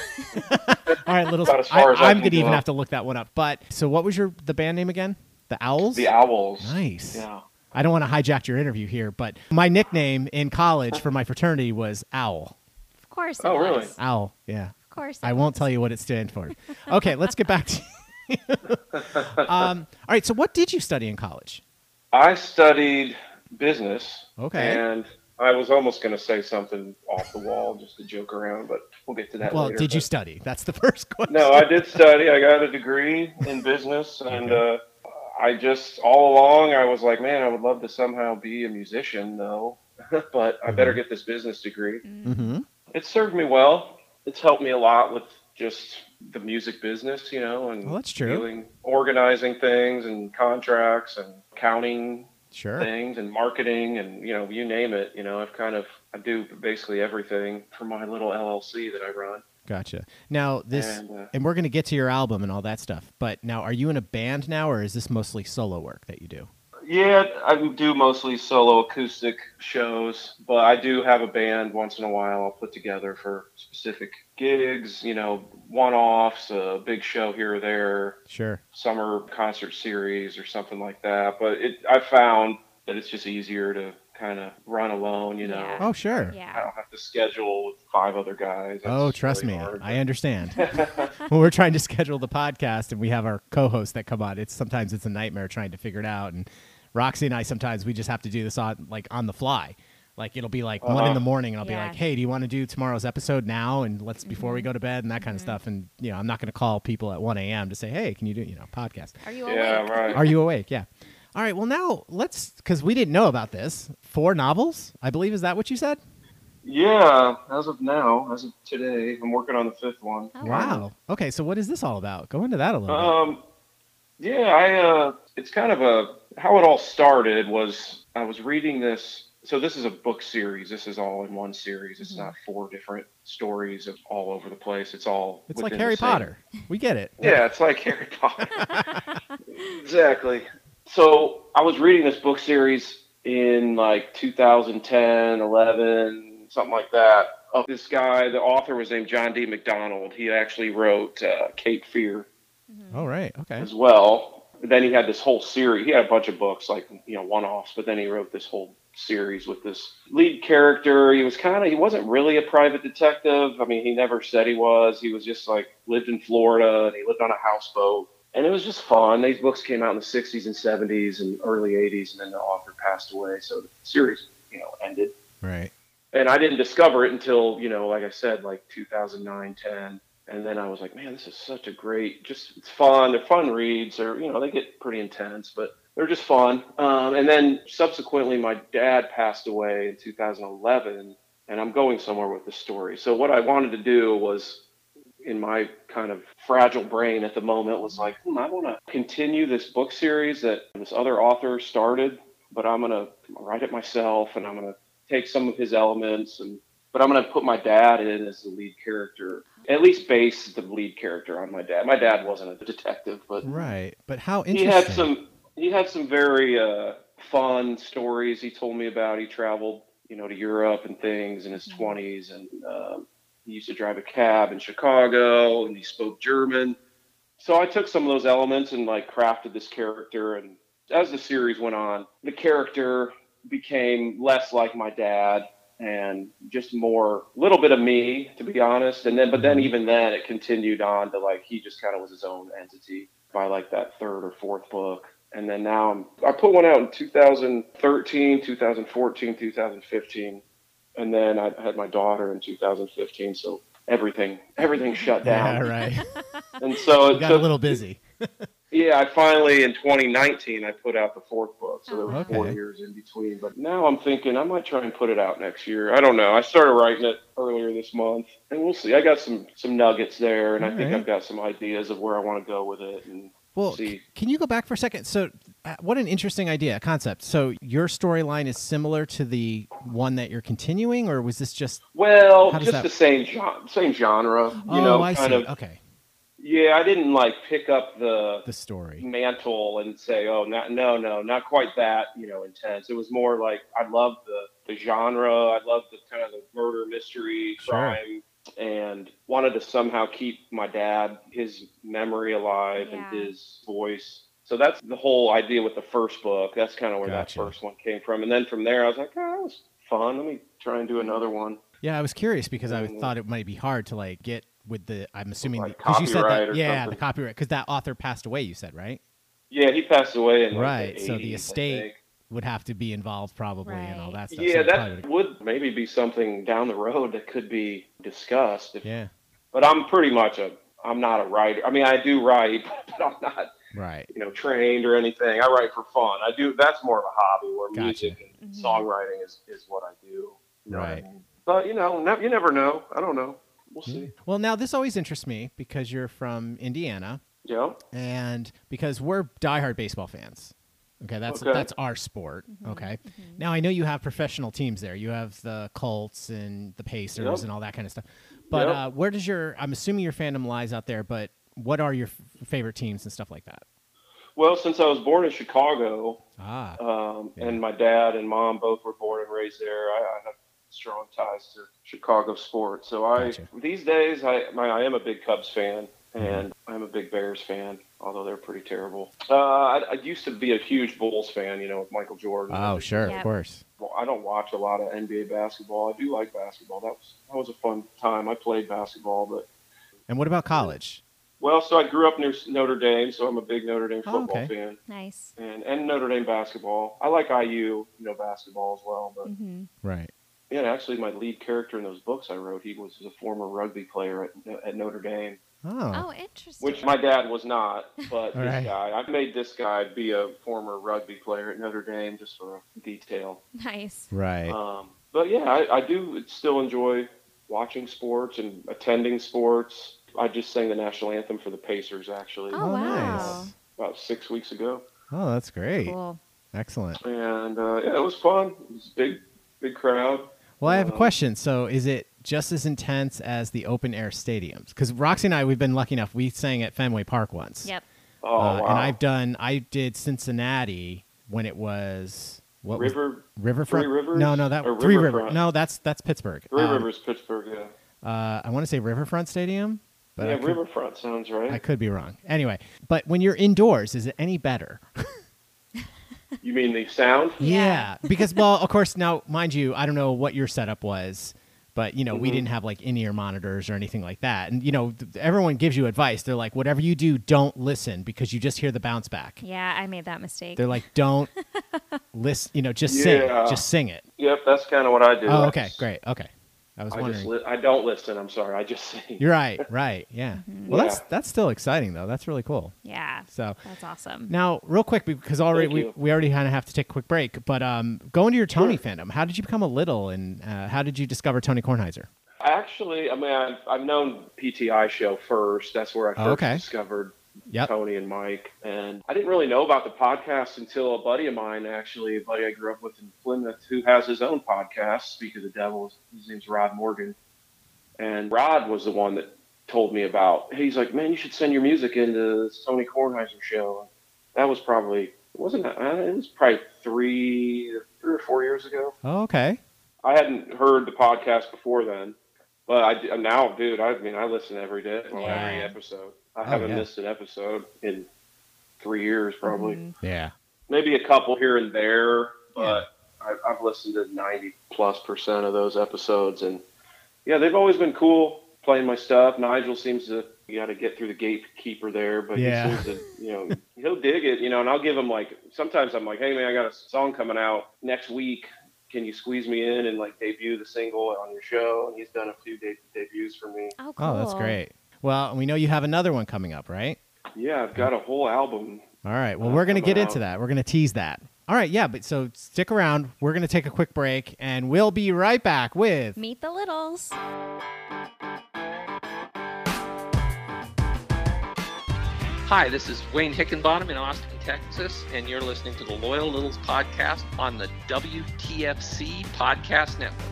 Speaker 3: right, little.
Speaker 7: About as far as I
Speaker 3: am gonna
Speaker 7: can go.
Speaker 3: even have to look that one up. But so, what was your the band name again? The Owls.
Speaker 7: the Owls.
Speaker 3: Nice.
Speaker 7: Yeah.
Speaker 3: I don't want to hijack your interview here, but my nickname in college for my fraternity was Owl.
Speaker 1: Of course. it
Speaker 7: Oh, really?
Speaker 1: was.
Speaker 3: Owl. Yeah.
Speaker 1: Of course.
Speaker 3: I won't tell you what it stands for. Okay, let's get back to. You. um, all right. So, what did you study in college?
Speaker 7: I studied business.
Speaker 3: Okay.
Speaker 7: And I was almost going to say something off the wall just to joke around, but we'll get to that
Speaker 3: Well,
Speaker 7: later.
Speaker 3: did you
Speaker 7: But-
Speaker 3: study? That's the first question.
Speaker 7: No, I did study. I got a degree in business, and uh, I just all along I was like, man, I would love to somehow be a musician, though, but I better get this business degree.
Speaker 3: Mm-hmm.
Speaker 7: It served me well. It's helped me a lot with just the music business, you know, and
Speaker 3: Well, that's true.
Speaker 7: dealing, organizing things and contracts and counting
Speaker 3: Sure.
Speaker 7: things and marketing and you know you name it you know i've kind of i do basically everything for my little llc that i run
Speaker 3: Gotcha. Now this, and,
Speaker 7: And, uh,
Speaker 3: we're going to get to your album and all that stuff. But now, are you in a band now, or is this mostly solo work that you do?
Speaker 7: yeah i do mostly solo acoustic shows but i do have a band once in a while i'll put together for specific gigs you know one-offs a big show here or there
Speaker 3: Sure.
Speaker 7: summer concert series or something like that but it i found that it's just easier to kind of run alone you know
Speaker 1: Yeah.
Speaker 3: Oh, sure.
Speaker 7: i
Speaker 1: Yeah.
Speaker 7: don't have to schedule with five other guys That's
Speaker 3: Oh, trust
Speaker 7: really
Speaker 3: me,
Speaker 7: hard, but-
Speaker 3: I understand. when we're trying to schedule the podcast and we have our co-hosts that come on, it's sometimes it's a nightmare trying to figure it out. And Roxy and I sometimes we just have to do this on like on the fly. Like it'll be like one in
Speaker 7: Uh-huh.
Speaker 3: the morning, and I'll be
Speaker 1: Yeah. Mm-hmm.
Speaker 3: like, "Hey, do you want to do tomorrow's episode now?" And let's before we go to bed and that kind of stuff. And you know, I'm not going to call people at 1 a.m. to say, "Hey, can you do you know podcast?"
Speaker 1: Are you awake?
Speaker 7: Yeah, right.
Speaker 3: Are you awake? Yeah. All right. Well, now let's because we didn't know about this. Four novels, I believe. Is that what you said?
Speaker 7: yeah, as of now, as of today, I'm working on the fifth one.
Speaker 1: Oh,
Speaker 3: Wow. Okay. So what is this all about? Go into that a little. bit.
Speaker 7: Um, yeah, I uh, it's kind of a how it all started was I was reading this. So this is a book series. This is all in one series.
Speaker 3: Mm-hmm.
Speaker 7: It's not four different stories of all over the place. It's all
Speaker 3: It's like
Speaker 7: within the
Speaker 3: Harry
Speaker 7: same-
Speaker 3: Potter. We get it.
Speaker 7: Yeah, it's like Harry Potter. exactly. So I was reading this book series in like 2010, 11, something like that. Of this guy, the author was named John D. McDonald. He actually wrote uh, Cape Fear
Speaker 1: Mm-hmm.
Speaker 3: All Oh, right. Okay.
Speaker 7: as well. Then he had this whole series. He had a bunch of books, like you know, one-offs, but then he wrote this whole series with this lead character. He was kind of he wasn't really a private detective. I mean, he never said he was. He was just like lived in Florida and he lived on a houseboat. And it was just fun. These books came out in the 60s and 70s and early 80s, and then the author passed away, so the series, you know, ended.
Speaker 3: Right.
Speaker 7: And I didn't discover it until, you know, like I said, like 2009, 10. And then I was like, man, this is such a great, just it's fun. They're fun reads. They're, you know, they get pretty intense, but they're just fun. Um, and then subsequently, my dad passed away in 2011, and I'm going somewhere with the story. So what I wanted to do was, in my kind of fragile brain at the moment, was like, hmm, I want to continue this book series that this other author started, but I'm gonna write it myself, and I'm gonna take some of his elements and but I'm going to put my dad in as the lead character, at least base the lead character on my dad. My dad wasn't a detective, but
Speaker 3: Right. But how
Speaker 7: he
Speaker 3: interesting.
Speaker 7: had some he had some very uh, fun stories he told me about. He traveled, you know, to Europe and things in his twenties, and um, he used to drive a cab in Chicago, and he spoke German. So I took some of those elements and like crafted this character. And as the series went on, the character became less like my dad and just more little bit of me to be honest and then but
Speaker 3: Mm-hmm.
Speaker 7: then even then it continued on to like he just kind of was his own entity by like that third or fourth book and then now I'm, i put one out in 2013 2014 2015 and then i had my daughter in 2015 so everything everything shut down
Speaker 3: yeah, right.
Speaker 7: and so it
Speaker 3: Got a
Speaker 7: took,
Speaker 3: little busy.
Speaker 7: yeah, I finally in 2019 I put out the fourth book, so there were
Speaker 3: Oh, Okay.
Speaker 7: four years in between. But now I'm thinking I might try and put it out next year. I don't know. I started writing it earlier this month, and we'll see. I got some some nuggets there, and I think
Speaker 3: Alright.
Speaker 7: I've got some ideas of where I want to go with it. And
Speaker 3: Well,
Speaker 7: See.
Speaker 3: c- can you go back for a second? So, uh, what an interesting idea, concept. So, your storyline is similar to the one that you're continuing, or was this just?
Speaker 7: well,
Speaker 3: How does
Speaker 7: just
Speaker 3: that-
Speaker 7: the same genre, same genre. You
Speaker 3: oh,
Speaker 7: know,
Speaker 3: I
Speaker 7: kind
Speaker 3: see.
Speaker 7: of.
Speaker 3: Okay,
Speaker 7: Yeah, I didn't like pick up the
Speaker 3: the
Speaker 7: Mm.
Speaker 3: story.
Speaker 7: mantle and say, "Oh, not, no, no, not quite that," you know, intense. It was more like I love the the genre. I love the kind of the murder mystery
Speaker 3: Sure.
Speaker 7: crime, and wanted to somehow keep my dad his memory alive
Speaker 1: Yeah.
Speaker 7: and his voice. So that's the whole idea with the first book. That's kind of where
Speaker 3: Gotcha.
Speaker 7: that first one came from. And then from there, I was like, "Oh, that was fun. Let me try and do another one."
Speaker 3: Yeah, I was curious because I
Speaker 7: Mm.
Speaker 3: thought it might be hard to like get with the. I'm assuming
Speaker 7: Like
Speaker 3: the- 'cause you said
Speaker 7: copyright
Speaker 3: that.
Speaker 7: or
Speaker 3: Yeah, the
Speaker 7: something.
Speaker 3: copyright because that author passed away. You said right
Speaker 7: Yeah, he passed away in like,
Speaker 3: Right, so the
Speaker 7: 80s, I
Speaker 3: estate
Speaker 7: think.
Speaker 3: would have to be involved probably and all
Speaker 1: Right.
Speaker 3: that stuff. so
Speaker 7: Yeah,
Speaker 3: it probably
Speaker 7: that
Speaker 3: would've-
Speaker 7: would maybe be something down the road that could be discussed if
Speaker 3: yeah,
Speaker 7: but I'm pretty much a I'm not a writer. I mean, I do write, but I'm not
Speaker 3: right.
Speaker 7: you know trained or anything. I write for fun. I do that's more of a hobby where
Speaker 3: Gotcha.
Speaker 7: music and
Speaker 1: Mhm.
Speaker 7: songwriting is, is what I do. You know what I
Speaker 3: Right.
Speaker 7: mean? But you know, ne- you never know. I don't know. We'll see.
Speaker 3: Well, now this always interests me because you're from Indiana.
Speaker 7: Yeah.
Speaker 3: and because we're diehard baseball fans. Okay, that's
Speaker 7: Okay.
Speaker 3: that's our sport.
Speaker 1: Mm-hmm.
Speaker 3: Okay, now I know you have professional teams there. You have the Colts and the Pacers
Speaker 7: Yep.
Speaker 3: and all that kind of stuff. But
Speaker 7: Yep.
Speaker 3: uh, where does your? I'm assuming your fandom lies out there. But what are your f- favorite teams and stuff like that?
Speaker 7: Well, since I was born in Chicago,
Speaker 3: Ah,
Speaker 7: um,
Speaker 3: Yeah.
Speaker 7: and my dad and mom both were born and raised there, I, I have strong ties to Chicago sports. So I
Speaker 3: Gotcha. Mm-hmm.
Speaker 7: these days I my, I am a big Cubs fan and I'm a big Bears fan, although they're pretty terrible. Uh, I, I used to be a huge Bulls fan, you know, with Michael Jordan.
Speaker 3: oh sure,
Speaker 1: Yep.
Speaker 3: of course.
Speaker 7: Well, I don't watch a lot of NBA basketball. I do like basketball. That was that was a fun time. I played basketball, but
Speaker 3: And what about college?
Speaker 7: well, so I grew up near Notre Dame, so I'm a big Notre Dame
Speaker 3: Oh,
Speaker 7: football
Speaker 3: okay.
Speaker 7: fan
Speaker 1: Nice.
Speaker 7: and and Notre Dame basketball. I like IU, you know, basketball as well, but
Speaker 1: Mm-hmm.
Speaker 3: Right.
Speaker 7: Yeah, and actually, my lead character in those books I wrote, he was a former rugby player at, at Notre Dame,
Speaker 3: Oh,
Speaker 1: Oh, interesting.
Speaker 7: which my dad was not, but
Speaker 3: All
Speaker 7: this
Speaker 3: right.
Speaker 7: guy, I made this guy be a former rugby player at Notre Dame just for detail.
Speaker 1: nice.
Speaker 3: right.
Speaker 7: Um, but yeah, I, I do still enjoy watching sports and attending sports. I just sang the national anthem for the Pacers actually
Speaker 1: Oh,
Speaker 3: Oh,
Speaker 1: wow.
Speaker 3: nice.
Speaker 7: about six weeks ago,
Speaker 3: Oh, that's great.
Speaker 1: Cool.
Speaker 3: Excellent.
Speaker 7: and uh, yeah, it was fun. It was a big, big crowd.
Speaker 3: Well, I have a
Speaker 7: Um,
Speaker 3: question. So, is it just as intense as the open air stadiums? Because Roxy and I, we've been lucky enough. We sang at Fenway Park once.
Speaker 1: Yep.
Speaker 7: Oh,
Speaker 3: Uh,
Speaker 7: wow.
Speaker 3: And I've done. I did Cincinnati when it was what was- Um,
Speaker 7: River,
Speaker 3: Riverfront.
Speaker 7: Three Rivers?
Speaker 3: No, no, that
Speaker 7: Or
Speaker 3: Three
Speaker 7: Riverfront?
Speaker 3: River. No, that's that's Pittsburgh.
Speaker 7: Three
Speaker 3: Um,
Speaker 7: Rivers, Pittsburgh, yeah.
Speaker 3: Uh, I want to say Riverfront Stadium, but
Speaker 7: yeah,
Speaker 3: I, could,
Speaker 7: Riverfront sounds right.
Speaker 3: I could be wrong. Anyway, but when you're indoors, is it any better?
Speaker 7: You mean the sound?
Speaker 3: Yeah. because well, of course now, mind you, I don't know what your setup was, but you know, we didn't have like in-ear monitors or anything like that. And you know, th- everyone gives you advice. They're like whatever you do, don't listen because you just hear the bounce back.
Speaker 1: Yeah, I made that mistake.
Speaker 3: They're like don't listen, you know, just sing
Speaker 7: Yeah.
Speaker 3: it. Just sing it.
Speaker 7: Yep, that's kind of what I do.
Speaker 3: Oh,
Speaker 7: I
Speaker 3: okay.
Speaker 7: just-
Speaker 3: Great. Okay. I was
Speaker 7: I just
Speaker 3: wondering.
Speaker 7: li- I don't listen. I'm sorry. I just sing.
Speaker 3: You're right. Right. Yeah. Well, that's
Speaker 7: Yeah.
Speaker 3: that's still exciting though. That's really cool.
Speaker 1: yeah,
Speaker 3: So,
Speaker 1: that's awesome.
Speaker 3: now real quick because already
Speaker 7: Thank
Speaker 3: we,
Speaker 7: you.
Speaker 3: we already kind of have to take a quick break, but um go into your Tony fandom. How did you become a little and uh, how did you discover Tony Kornheiser?
Speaker 7: Actually, I mean, I've, I've known PTI show first. That's where I
Speaker 3: Oh,
Speaker 7: first
Speaker 3: okay.
Speaker 7: discovered
Speaker 3: Yep.
Speaker 7: Tony and Mike. And I didn't really know about the podcast until a buddy of mine, actually, a buddy I grew up with in Plymouth, who has his own podcast, Speak of the Devil. His name's Rod Morgan. And Rod was the one that told me about, he's like, man, you should send your music into this Tony Kornheiser show. That was probably, it wasn't, uh, it was probably three, three or four years ago.
Speaker 3: Oh, okay.
Speaker 7: I hadn't heard the podcast before then, but I d- now, dude. I mean, I listen every day, well,
Speaker 1: Yeah.
Speaker 7: every episode. I
Speaker 3: Oh,
Speaker 7: haven't
Speaker 3: yeah.
Speaker 7: missed an episode in three years, probably.
Speaker 1: Mm-hmm.
Speaker 3: Yeah.
Speaker 7: Maybe a couple here and there, but I, I've listened to ninety plus percent of those episodes, and yeah, they've always been cool playing my stuff. Nigel seems to you got to get through the gatekeeper there, but
Speaker 3: Yeah.
Speaker 7: he seems to, you know, he'll dig it, you know. And I'll give him like sometimes I'm like, hey man, I got a song coming out next week. Can you squeeze me in and like debut the single on your show? And he's done a few de- debuts for me.
Speaker 1: Oh, cool.
Speaker 3: Oh, that's great. Well, we know you have another one coming up, right?
Speaker 7: Yeah, I've got a whole album.
Speaker 3: All right. Well,
Speaker 7: Uh,
Speaker 3: we're going to
Speaker 7: coming
Speaker 3: get into
Speaker 7: out.
Speaker 3: that. We're going to tease that. All right. Yeah. But so stick around. We're going to take a quick break and we'll be right back with.
Speaker 1: Meet the Littles.
Speaker 8: Hi, this is Wayne Hickenbottom in Austin, Texas, and you're listening to the Loyal Littles podcast on the WTFC Podcast Network.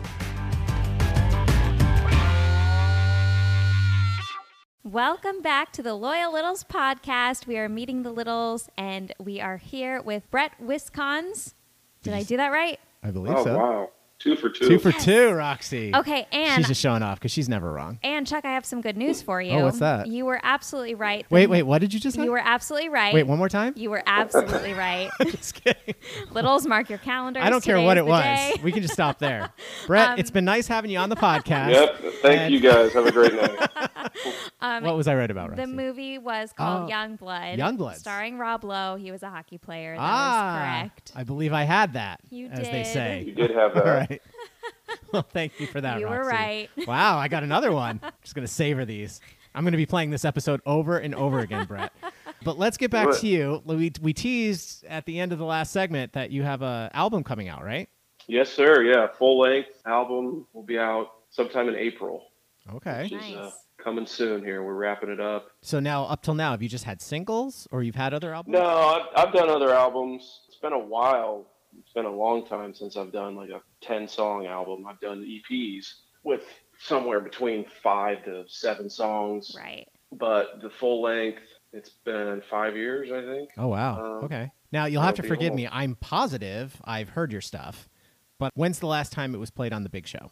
Speaker 1: Welcome back to the Loyal Littles podcast. We are meeting the Littles, and we are here with Brett Wiscons. Did I do that right?
Speaker 3: I believe
Speaker 7: Oh
Speaker 3: so.
Speaker 7: wow, two for two.
Speaker 3: Two for
Speaker 1: Yes.
Speaker 3: two, Roxy.
Speaker 1: Okay, and
Speaker 3: She's just showing off because she's never wrong.
Speaker 1: and Chuck, I have some good news for you.
Speaker 3: Oh, what's that?
Speaker 1: You were absolutely right.
Speaker 3: Wait, wait. What did you just say?
Speaker 1: You were absolutely right.
Speaker 3: Wait, one more time?
Speaker 1: You were absolutely right.
Speaker 3: just kidding.
Speaker 1: Littles, mark your calendars.
Speaker 3: I don't care
Speaker 1: Today Um,
Speaker 3: what
Speaker 1: is
Speaker 3: it
Speaker 1: the
Speaker 3: was.
Speaker 1: day.
Speaker 3: We can just stop there. Brett, it's been nice having you on the podcast.
Speaker 7: Yep. Thank you guys. Have a great night.
Speaker 1: Um,
Speaker 3: What was I right about, Roxy?
Speaker 1: the movie was called
Speaker 3: Oh,
Speaker 1: Young Blood.
Speaker 3: Youngblood.
Speaker 1: Starring Rob Lowe. He was a hockey player. That
Speaker 3: ah,
Speaker 1: is correct.
Speaker 3: I believe I had that,
Speaker 1: You
Speaker 3: as they
Speaker 1: did.
Speaker 3: say.
Speaker 7: You did have
Speaker 3: All
Speaker 7: that.
Speaker 3: right. Well, thank you for that.
Speaker 1: You were
Speaker 3: Roxy.
Speaker 1: right.
Speaker 3: Wow, I got another one. just gonna savor these. I'm gonna be playing this episode over and over again, Brett. But let's get back
Speaker 7: Do it.
Speaker 3: to you. We we teased at the end of the last segment that you have a album coming out, right?
Speaker 7: Yes, sir. Yeah, full length album will be out sometime in April.
Speaker 3: Okay.
Speaker 7: Which is uh,
Speaker 1: Nice.
Speaker 7: coming soon. Here we're wrapping it up.
Speaker 3: So now, up till now, have you just had singles, or you've had other albums?
Speaker 7: No, I've, I've done other albums. It's been a while. It's been a long time since I've done like a ten song album. I've done EPs with somewhere between five to seven songs.
Speaker 1: Right.
Speaker 7: But the full length, it's been five years, I think.
Speaker 3: Oh wow.
Speaker 7: Um,
Speaker 3: okay. Now you'll have to
Speaker 7: it'll be
Speaker 3: forgive
Speaker 7: old.
Speaker 3: me. I'm positive I've heard your stuff, but when's the last time it was played on the Big Show?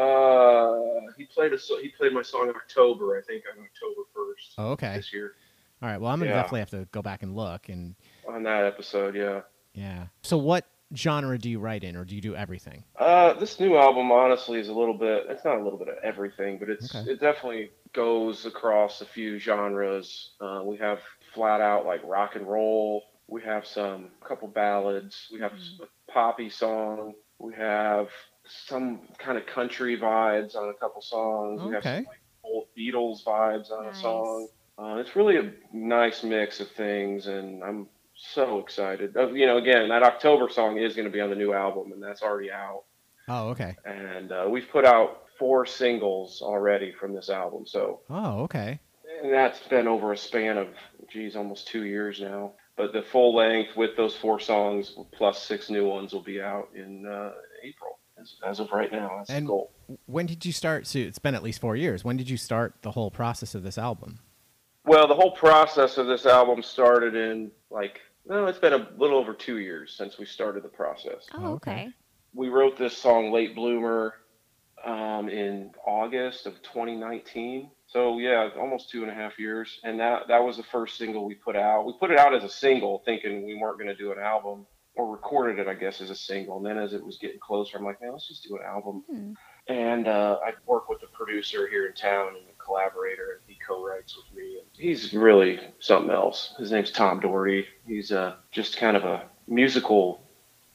Speaker 7: Uh, he played a so- he played my song in October, I think, on October first
Speaker 3: Oh, okay.
Speaker 7: this year
Speaker 3: All right. Well, I'm gonna
Speaker 7: Yeah.
Speaker 3: definitely have to go back and look and
Speaker 7: on that episode. Yeah.
Speaker 3: yeah. So what genre do you write in, or do you do everything?
Speaker 7: Uh, this new album, honestly, is a little bit. It's not a little bit of everything, but it's
Speaker 3: Okay.
Speaker 7: it definitely goes across a few genres. Uh, we have flat out like rock and roll. We have some a couple ballads. We have
Speaker 3: Mm-hmm.
Speaker 7: a poppy song. We have some kind of country vibes on a couple songs. We have
Speaker 3: Okay.
Speaker 7: some like old Beatles vibes on
Speaker 1: Nice.
Speaker 7: a song. Uh, it's really a nice mix of things, and I'm so excited. Uh, you know, again, that October song is going to be on the new album, and that's already out
Speaker 3: Oh, okay.
Speaker 7: and uh, we've put out four singles already from this album. So,
Speaker 3: Oh, okay.
Speaker 7: and that's been over a span of, geez, almost two years now. But the full length with those four songs plus six new ones will be out in uh, April. As, as of right now, that's
Speaker 3: And-
Speaker 7: the goal.
Speaker 3: When did you start? So it's been at least four years. When did you start the whole process of this album?
Speaker 7: Well, the whole process of this album started in like, no, it's been a little over two years since we started the process.
Speaker 1: Oh,
Speaker 3: Oh, okay.
Speaker 1: okay.
Speaker 7: we wrote this song late bloomer um, in august of 2019 so yeah almost two and a half years and that that was the first single we put out we put it out as a single thinking we weren't going to do an album or recorded it, I guess, as a single. And then as it was getting closer, I'm like, man, let's just do an album.
Speaker 1: Hmm.
Speaker 7: And uh, I work with a producer here in town and a collaborator, and he co-writes with me. And he's really something else. His name's Tom Doherty. He's uh, just kind of a musical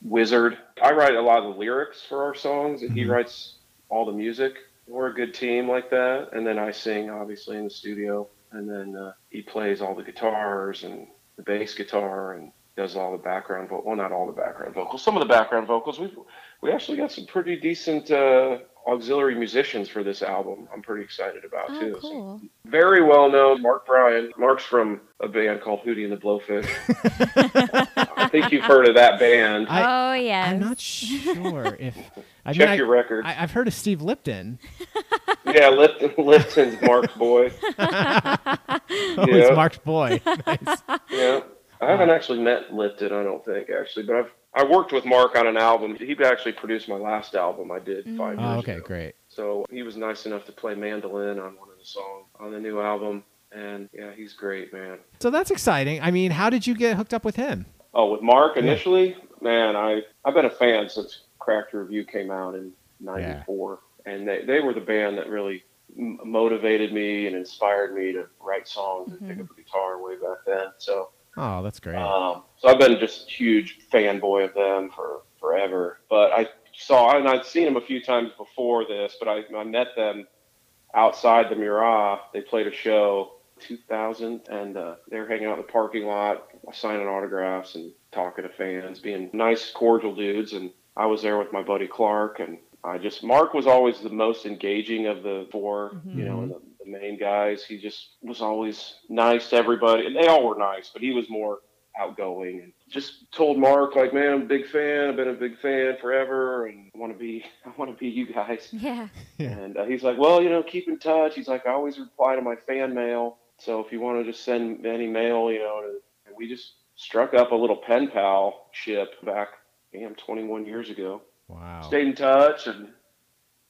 Speaker 7: wizard. I write a lot of the lyrics for our songs, and he writes all the music. We're a good team like that. And then I sing, obviously, in the studio. And then uh, he plays all the guitars and the bass guitar and does all the background vocal. Well, not all the background vocals. Some of the background vocals. We've we actually got some pretty decent uh, auxiliary musicians for this album. I'm pretty excited about
Speaker 1: Oh,
Speaker 7: too. Some
Speaker 1: cool.
Speaker 7: very well known Mark Bryan. Mark's from a band called Hootie and the Blowfish. I think you've heard of that band.
Speaker 1: oh
Speaker 3: I-
Speaker 1: yes.
Speaker 3: I'm not sure if I
Speaker 7: Check
Speaker 3: mean,
Speaker 7: your record.
Speaker 3: I, I, I've heard of Steve Lipton,
Speaker 7: yeah, Lipton, Lipton's Mark's boy.
Speaker 3: who is
Speaker 7: Yeah.
Speaker 3: Oh, Mark's boy. Nice.
Speaker 7: Yeah, I haven't actually met Lipton. I don't think actually, but I've I worked with Mark on an album. He actually produced my last album I did five years
Speaker 3: Oh, okay,
Speaker 7: ago.
Speaker 3: great.
Speaker 7: So he was nice enough to play mandolin on one of the songs on the new album. And yeah, he's great, man.
Speaker 3: So that's exciting. I mean, how did you get hooked up with him?
Speaker 7: Oh, with Mark initially, man, I I've been a fan since Cracked Review came out in '94, and they they were the band that really m- motivated me and inspired me to write songs and pick up a guitar way back then. So
Speaker 3: Oh, that's great.
Speaker 7: Um, so I've been just a huge fanboy of them for forever. But I saw, and I'd seen them a few times before this, but I, I met them outside the Murat. They played a show 2000, and uh, they were hanging out in the parking lot, signing autographs and talking to fans, being nice, cordial dudes. And I was there with my buddy Clark, and I just Mark was always the most engaging of the 4 you know, and the, the main guys. He just was always nice to everybody, and they all were nice, but he was more outgoing and just told Mark like, man, I'm a big fan. I've been a big fan forever, and I want to be, I want to be you guys.
Speaker 1: yeah.
Speaker 3: Yeah.
Speaker 7: And uh, he's like, well, you know, keep in touch. He's like, I always reply to my fan mail, so if you want to just send any mail, you know, and- and we just struck up a little pen pal ship back, damn, 21 years ago
Speaker 3: Wow.
Speaker 7: stayed in touch and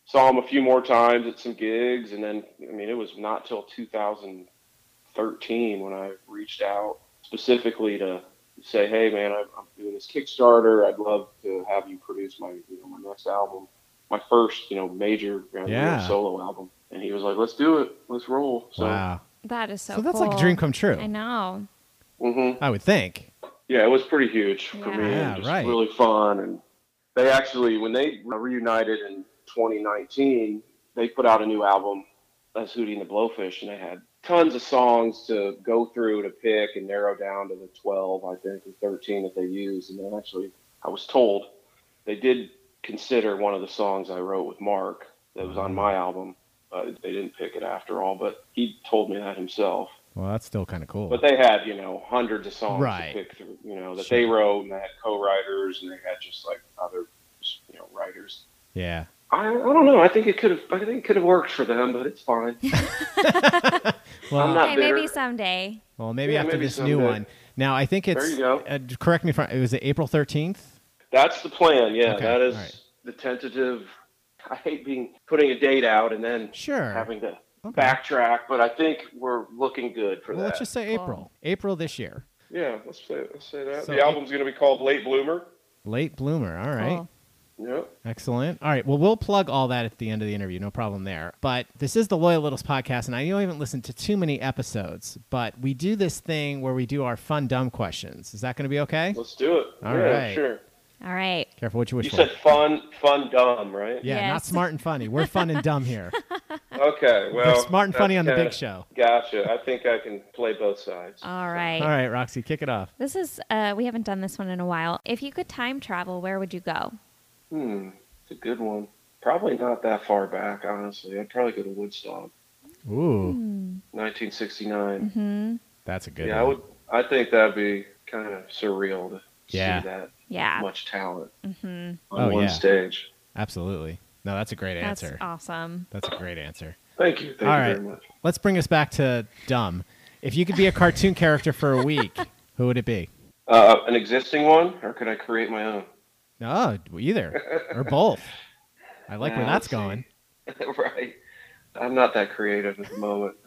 Speaker 7: saw him a few more times at some gigs and then i mean it was not till 2013 when i reached out specifically to say hey man i'm, I'm doing this kickstarter i'd love to have you produce my you know my next album my first you know major uh,
Speaker 3: Yeah.
Speaker 7: solo album and he was like let's do it let's roll so
Speaker 3: wow.
Speaker 1: That is so.
Speaker 3: So, that's
Speaker 1: cool.
Speaker 3: like a dream come true.
Speaker 1: I know.
Speaker 7: mhm.
Speaker 3: I would think.
Speaker 7: Yeah, it was pretty huge for
Speaker 1: Yeah.
Speaker 7: me. and
Speaker 3: Yeah,
Speaker 7: just
Speaker 3: right.
Speaker 7: Really fun, and they actually, when they reunited in 2019, they put out a new album as Hootie and the Blowfish, and they had tons of songs to go through to pick and narrow down to the 12, I think, or 13 that they used. And then actually, I was told they did consider one of the songs I wrote with Mark that was
Speaker 3: Mm-hmm.
Speaker 7: on my album, but they didn't pick it after all. But he told me that himself.
Speaker 3: Well, that's still kind of cool.
Speaker 7: But they had, you know, hundreds of songs
Speaker 3: Right.
Speaker 7: to pick through, you know, that
Speaker 3: Sure.
Speaker 7: they wrote and they had co-writers and they had just like other, you know, writers.
Speaker 3: yeah.
Speaker 7: I, I don't know. I think it could have. I think it could have worked for them, but it's fine.
Speaker 3: Well,
Speaker 7: I'm not
Speaker 1: Hey,
Speaker 7: bitter.
Speaker 1: maybe someday.
Speaker 3: well maybe
Speaker 7: Yeah,
Speaker 3: after
Speaker 7: maybe
Speaker 3: this new
Speaker 7: someday.
Speaker 3: one. Now, I think it's.
Speaker 7: you go.
Speaker 3: Uh, correct me if I. It was April 13th?
Speaker 7: That's the plan. Yeah,
Speaker 3: Okay,
Speaker 7: that is
Speaker 3: all right.
Speaker 7: the tentative. I hate being putting a date out and then
Speaker 3: Sure.
Speaker 7: having to
Speaker 3: Okay.
Speaker 7: backtrack, but I think we're looking good for
Speaker 3: well,
Speaker 7: that.
Speaker 3: let's just say
Speaker 1: Cool.
Speaker 3: April. April this year.
Speaker 7: yeah, let's say let's say that.
Speaker 3: So-
Speaker 7: the album's going to be called Late Bloomer.
Speaker 3: Late bloomer. All right.
Speaker 1: Cool.
Speaker 7: Yep.
Speaker 3: Excellent. All right. Well, we'll plug all that at the end of the interview. No problem there. But this is the Loyal Littles podcast, and I know I haven't listened to too many episodes, but we do this thing where we do our fun, dumb questions. Is that going to be okay?
Speaker 7: Let's do it.
Speaker 3: All
Speaker 7: yeah,
Speaker 3: right.
Speaker 7: sure.
Speaker 1: All right.
Speaker 3: Careful what you wish
Speaker 7: You
Speaker 3: for.
Speaker 7: said fun, fun, dumb, right?
Speaker 3: yeah, not
Speaker 1: Yes.
Speaker 3: smart and funny. We're fun and dumb here.
Speaker 7: Okay. Well,
Speaker 3: We're smart and funny
Speaker 7: that's
Speaker 3: on the
Speaker 7: kinda-
Speaker 3: big show.
Speaker 7: Gotcha. I think I can play both sides.
Speaker 1: All right.
Speaker 3: All right, Roxy, kick it off.
Speaker 1: This is uh, we haven't done this one in a while. If you could time travel, where would you go?
Speaker 7: Hmm. It's a good one. Probably not that far back, honestly. I'd probably go to Woodstock,
Speaker 3: Ooh,
Speaker 7: 1969.
Speaker 1: Hmm.
Speaker 3: that's a good
Speaker 7: Yeah,
Speaker 3: one.
Speaker 7: I would. I think that'd be kind of surreal to
Speaker 3: Yeah.
Speaker 7: see that
Speaker 1: Yeah.
Speaker 7: much talent
Speaker 1: hmm
Speaker 7: on
Speaker 3: Oh,
Speaker 7: one
Speaker 3: yeah.
Speaker 7: stage.
Speaker 3: Absolutely. No, that's a great
Speaker 1: That's
Speaker 3: answer.
Speaker 1: awesome.
Speaker 3: That's a great answer.
Speaker 7: Thank you. Thank
Speaker 3: All
Speaker 7: you
Speaker 3: right.
Speaker 7: very much.
Speaker 3: Let's bring us back to dumb. If you could be a cartoon character for a week, who would it be?
Speaker 7: Uh, an existing one, or could I create my own?
Speaker 3: No, oh, either or both. I like where
Speaker 7: Yeah,
Speaker 3: that's
Speaker 7: let's see.
Speaker 3: going.
Speaker 7: right. I'm not that creative at the moment.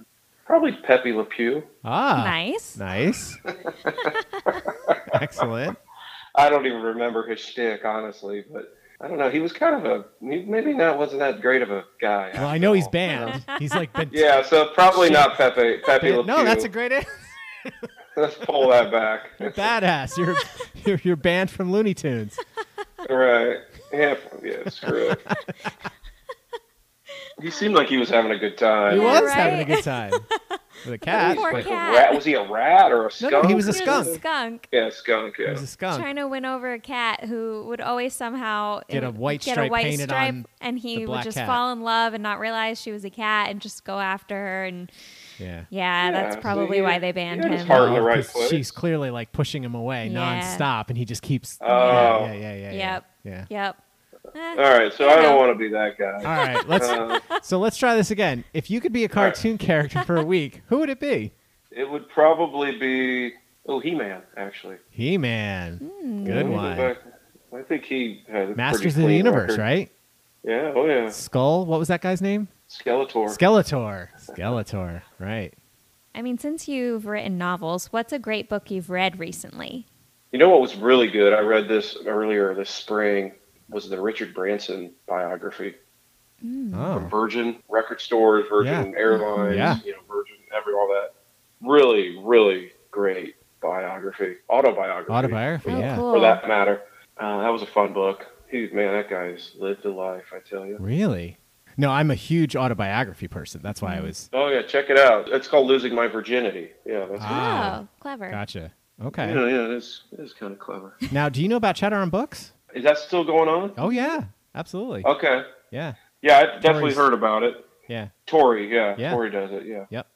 Speaker 7: Probably Pepe Le Pew.
Speaker 3: Ah,
Speaker 1: nice.
Speaker 3: nice. Excellent.
Speaker 7: I don't even remember his shtick, honestly, but I don't know. He was kind of a he maybe not wasn't that great of a guy.
Speaker 3: Well, I
Speaker 7: after
Speaker 3: know he's
Speaker 7: all.
Speaker 3: banned. He's like been.
Speaker 7: Yeah, so probably not Pepe Pepe Le
Speaker 3: no,
Speaker 7: Pew.
Speaker 3: that's a great answer.
Speaker 7: Let's pull that back.
Speaker 3: badass. You're, you're you're banned from Looney Tunes.
Speaker 7: right. Yeah, yeah, screw it. he seemed like he was having a good time.
Speaker 3: He was
Speaker 1: right?
Speaker 3: having a good time with a cat.
Speaker 1: Poor
Speaker 7: Like a
Speaker 1: cat.
Speaker 7: rat- was he a rat or a
Speaker 3: No,
Speaker 7: skunk?
Speaker 3: no, he was a
Speaker 1: He was
Speaker 3: skunk.
Speaker 1: a skunk.
Speaker 7: Yeah, skunk.
Speaker 3: It
Speaker 7: Yeah.
Speaker 3: was a skunk.
Speaker 1: Trying to win over a cat who would always somehow
Speaker 3: Get a white
Speaker 1: get
Speaker 3: stripe
Speaker 1: a white
Speaker 3: painted
Speaker 1: stripe,
Speaker 3: on
Speaker 1: and
Speaker 3: the
Speaker 1: he would
Speaker 3: black
Speaker 1: just
Speaker 3: cat.
Speaker 1: fall in love and not realize she was a cat and just go after her. And
Speaker 3: Yeah.
Speaker 1: yeah,
Speaker 7: Yeah,
Speaker 1: that's probably
Speaker 7: he-
Speaker 1: why they banned
Speaker 7: he had his
Speaker 1: him.
Speaker 7: Heart in the right
Speaker 3: 'cause
Speaker 7: place.
Speaker 3: She's clearly like pushing him away
Speaker 1: Yeah.
Speaker 3: nonstop, and he just keeps.
Speaker 7: Oh.
Speaker 3: Yeah, yeah, yeah, yeah.
Speaker 1: Yep.
Speaker 3: Yeah.
Speaker 1: Yep. Eh,
Speaker 7: All right, so
Speaker 1: You
Speaker 7: I
Speaker 1: know.
Speaker 7: don't want to be that guy.
Speaker 3: All right. Let's.
Speaker 7: Uh,
Speaker 3: so let's try this again. If you could be a
Speaker 7: right.
Speaker 3: cartoon character for a week, who would it be?
Speaker 7: it would probably be oh He-Man actually.
Speaker 3: He Man. Good
Speaker 1: Hmm. Mm.
Speaker 7: Yeah,
Speaker 3: one.
Speaker 7: but I think he had a
Speaker 3: Masters of
Speaker 7: pretty
Speaker 3: the
Speaker 7: clean
Speaker 3: Universe,
Speaker 7: record.
Speaker 3: right?
Speaker 7: Yeah. Oh yeah.
Speaker 3: Skull. What was that guy's name?
Speaker 7: Skeletor.
Speaker 3: Skeletor. Skeletor. Right.
Speaker 1: I mean, since you've written novels, what's a great book you've read recently?
Speaker 7: You know what was really good? I read this earlier this spring was the Richard Branson biography.
Speaker 3: Oh.
Speaker 7: Virgin record stores, Virgin Airlines,
Speaker 3: Yeah.
Speaker 7: you know, Virgin every all that. Really, really great biography, autobiography,
Speaker 3: Autobiography.
Speaker 1: Oh,
Speaker 3: yeah.
Speaker 1: cool.
Speaker 7: for that matter. Uh, that was a fun book. He, man, that guy's lived a life, I tell you.
Speaker 3: Really? No, I'm a huge autobiography person. That's why I
Speaker 1: Hmm.
Speaker 3: was.
Speaker 7: Oh yeah, check it out. It's called Losing My Virginity. Yeah, that's
Speaker 3: Ah.
Speaker 1: Oh, clever.
Speaker 3: Gotcha.
Speaker 7: yeah,
Speaker 3: Okay.
Speaker 7: yeah, that's that's kind of clever.
Speaker 3: Now, do you know about Cheddar on Books?
Speaker 7: Is that still going on?
Speaker 3: Oh yeah, absolutely.
Speaker 7: Okay.
Speaker 3: Yeah.
Speaker 7: Yeah, I definitely
Speaker 3: Tori's-
Speaker 7: heard about it.
Speaker 3: Yeah.
Speaker 7: Tori, yeah,
Speaker 3: Yeah.
Speaker 7: Tori does it, yeah.
Speaker 3: Yep.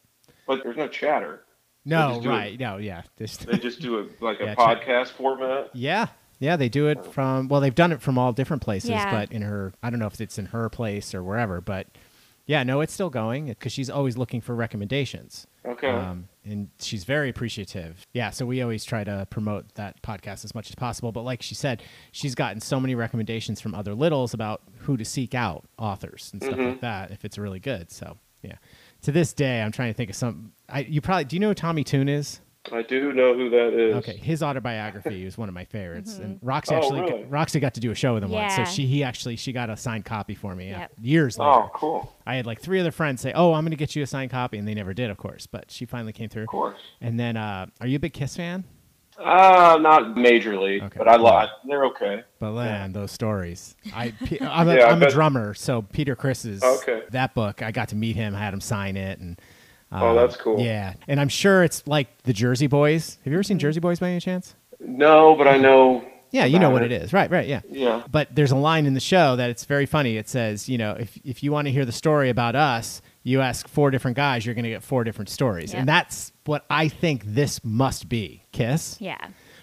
Speaker 7: But there's no chatter.
Speaker 3: No,
Speaker 7: just do it.
Speaker 3: right. No, yeah. Just,
Speaker 7: They just do it like a
Speaker 3: Yeah, chat-
Speaker 7: podcast format.
Speaker 3: yeah. Yeah, they do it from well, they've done it from all different places,
Speaker 1: Yeah.
Speaker 3: but in her I don't know if it's in her place or wherever, but yeah, no, it's still going cuz she's always looking for recommendations.
Speaker 7: Okay.
Speaker 3: Um, and she's very appreciative. Yeah, so we always try to promote that podcast as much as possible. But like she said, she's gotten so many recommendations from other littles about who to seek out authors and stuff
Speaker 7: Mm-hmm.
Speaker 3: like that if it's really good. So yeah, to this day, I'm trying to think of some. I you probably do you know who Tommy Toon is?
Speaker 7: I do know who that is.
Speaker 3: Okay, his autobiography is one of my favorites, and Roxy
Speaker 7: Oh,
Speaker 3: actually
Speaker 7: really?
Speaker 3: Roxy got to do a show with him once, so
Speaker 1: Mm-hmm. Yeah.
Speaker 3: she he actually she got a signed copy for me uh,
Speaker 1: Yep.
Speaker 3: years later.
Speaker 7: Oh, cool.
Speaker 3: I had like three other friends say, "Oh, I'm going to get you a signed copy," and they never did, of course. But she finally came through.
Speaker 7: Of course.
Speaker 3: And then, uh, are you a big Kiss fan?
Speaker 7: Uh, not majorly,
Speaker 3: Okay.
Speaker 7: but I love. They're okay.
Speaker 3: But man, those stories. I, Pe- I'm, a,
Speaker 7: Yeah, I
Speaker 3: am a
Speaker 7: bet-
Speaker 3: drummer, so Peter Chris's
Speaker 7: Okay.
Speaker 3: that book. I got to meet him. I had him sign it, and
Speaker 7: Oh, that's cool.
Speaker 3: Um, yeah. And I'm sure it's like the Jersey Boys. Have you ever
Speaker 7: Mm-hmm.
Speaker 3: seen Jersey Boys by any chance?
Speaker 7: No, but I know.
Speaker 3: Yeah, you know
Speaker 7: About
Speaker 3: what it
Speaker 7: it.
Speaker 3: is, right? Right? Yeah.
Speaker 7: Yeah.
Speaker 3: But there's a line in the show that it's very funny. It says, you know, if if you want to hear the story about us, you ask four different guys, you're going to get four different stories,
Speaker 1: Yeah.
Speaker 3: and that's what I think this must be. Kiss.
Speaker 1: Yeah.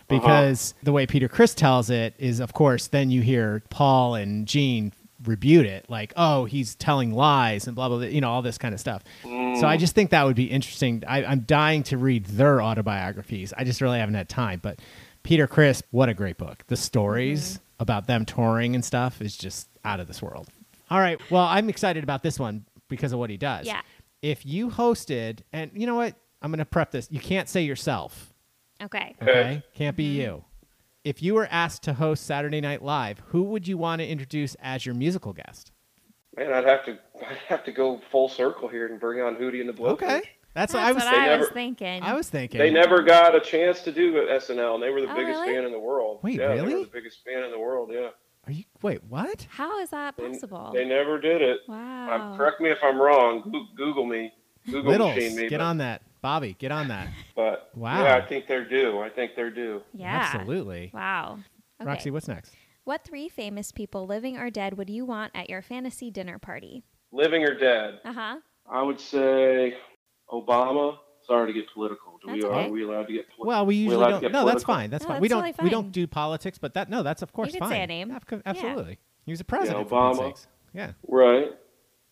Speaker 3: because the way Peter Chris tells it is, of course, then you hear Paul and Gene rebuke it, like, "Oh, he's telling lies" and blah blah, blah you know, all this kind of stuff. So I just think that would be interesting. I, I'm dying to read their autobiographies. I just really haven't had time, but Peter Chris, what a great book! The stories about them touring and stuff is just out of this world. All right, well, I'm excited about this one because of what he does.
Speaker 1: Yeah.
Speaker 3: If you hosted, and you know what, I'm going to prep this. You can't say yourself.
Speaker 1: Okay.
Speaker 7: Okay.
Speaker 3: Okay. Can't be you. If you were asked to host Saturday Night Live, who would you want to introduce as your musical guest?
Speaker 7: Man, I'd have to. I'd have to go full circle here and bring on Hootie and the Blowfish.
Speaker 3: That's,
Speaker 1: That's
Speaker 3: what I was
Speaker 1: what
Speaker 7: They
Speaker 1: I
Speaker 7: never-
Speaker 1: was thinking.
Speaker 3: I was thinking.
Speaker 7: They never got a chance to do SNL, and they were the
Speaker 1: Oh,
Speaker 7: biggest
Speaker 1: really?
Speaker 7: band in the world.
Speaker 3: Wait,
Speaker 7: yeah, They
Speaker 3: really?
Speaker 7: were the biggest band in the world. Yeah.
Speaker 3: Are you Wait, what?
Speaker 1: How is that
Speaker 7: They-
Speaker 1: possible? Oh.
Speaker 7: They, never did it.
Speaker 1: wow.
Speaker 7: Um, correct me if I'm wrong. Goo- Google me. Google
Speaker 3: Littles,
Speaker 7: machine me.
Speaker 3: get
Speaker 7: but,
Speaker 3: on that. Bobby, get on that.
Speaker 7: But
Speaker 3: Wow.
Speaker 7: yeah, I think they're due. I think they're due.
Speaker 1: Yeah.
Speaker 3: Absolutely.
Speaker 1: Wow. Okay.
Speaker 3: Roxy, what's next?
Speaker 1: What three famous people, living or dead, would you want at your fantasy dinner party?
Speaker 7: Living or dead?
Speaker 1: Uh huh.
Speaker 7: I would say Obama. Sorry to get political. Do we
Speaker 1: That's
Speaker 7: are
Speaker 1: okay.
Speaker 7: we allowed to get political?
Speaker 3: Well, we usually don't. No, that's fine. That's
Speaker 1: No,
Speaker 3: fine.
Speaker 1: that's
Speaker 3: we don't.
Speaker 1: totally
Speaker 3: We
Speaker 1: fine.
Speaker 3: don't do politics, but that no, that's of course
Speaker 1: could say
Speaker 3: fine.
Speaker 1: a name.
Speaker 3: Ab-
Speaker 1: Yeah.
Speaker 3: Absolutely. He was a president. for
Speaker 7: Obama.
Speaker 3: God's sakes. Yeah.
Speaker 7: Right.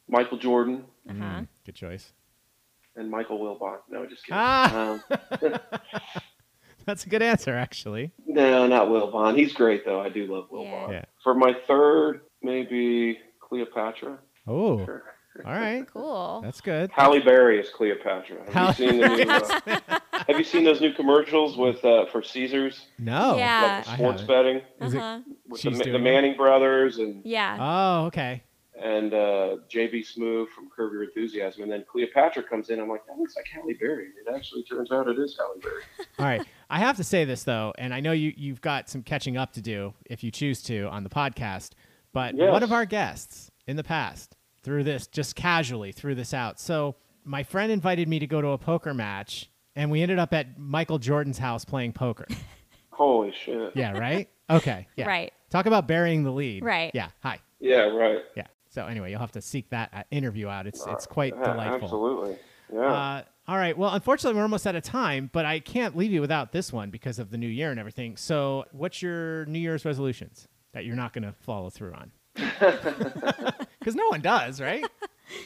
Speaker 7: Michael Jordan
Speaker 1: Uh huh.
Speaker 3: Mm, good choice.
Speaker 7: and Michael Wilbon. No, just kidding.
Speaker 3: Ah.
Speaker 7: Um,
Speaker 3: That's a good answer, actually.
Speaker 7: no, not Wilbon. He's great though. I do love Wilbon.
Speaker 1: Yeah.
Speaker 3: Yeah.
Speaker 7: For my third, maybe Cleopatra.
Speaker 3: Oh,
Speaker 7: Sure.
Speaker 3: All right.
Speaker 1: Cool.
Speaker 3: That's good.
Speaker 7: Halle Berry is Cleopatra.
Speaker 3: Halle-
Speaker 7: Have you seen the new?
Speaker 1: Uh-huh.
Speaker 7: Uh, have you seen those new commercials with uh, for Caesars,
Speaker 3: No.
Speaker 1: Yeah.
Speaker 7: like the
Speaker 3: I
Speaker 7: sports
Speaker 3: haven't.
Speaker 7: betting
Speaker 3: Is it-
Speaker 1: Uh-huh.
Speaker 7: with
Speaker 3: She's
Speaker 7: the, the
Speaker 3: doing it?
Speaker 7: Manning brothers and
Speaker 1: Yeah.
Speaker 3: Oh, okay.
Speaker 7: and uh, JB Smoove from Curb Your Enthusiasm, and then Cleopatra comes in. I'm like, that looks like Halle Berry. It actually turns out it is Halle Berry.
Speaker 3: All right. I have to say this though, and I know you you've got some catching up to do if you choose to on the podcast, but
Speaker 7: Yes.
Speaker 3: one of our guests in the past threw this just casually threw this out. So my friend invited me to go to a poker match, and we ended up at Michael Jordan's house playing poker.
Speaker 7: Holy shit.
Speaker 3: yeah, right? Okay. Yeah.
Speaker 1: Right.
Speaker 3: Talk about burying the lead.
Speaker 1: Right.
Speaker 3: Yeah. Hi.
Speaker 7: Yeah, right.
Speaker 3: Yeah. So anyway, you'll have to seek that uh, interview out. It's it's quite
Speaker 7: Yeah,
Speaker 3: delightful.
Speaker 7: Uh, Absolutely. Yeah.
Speaker 3: Uh, all right. Well, unfortunately, we're almost out of time, but I can't leave you without this one because of the new year and everything. So, what's your New Year's resolutions that you're not going to follow through on? Because no one does, right?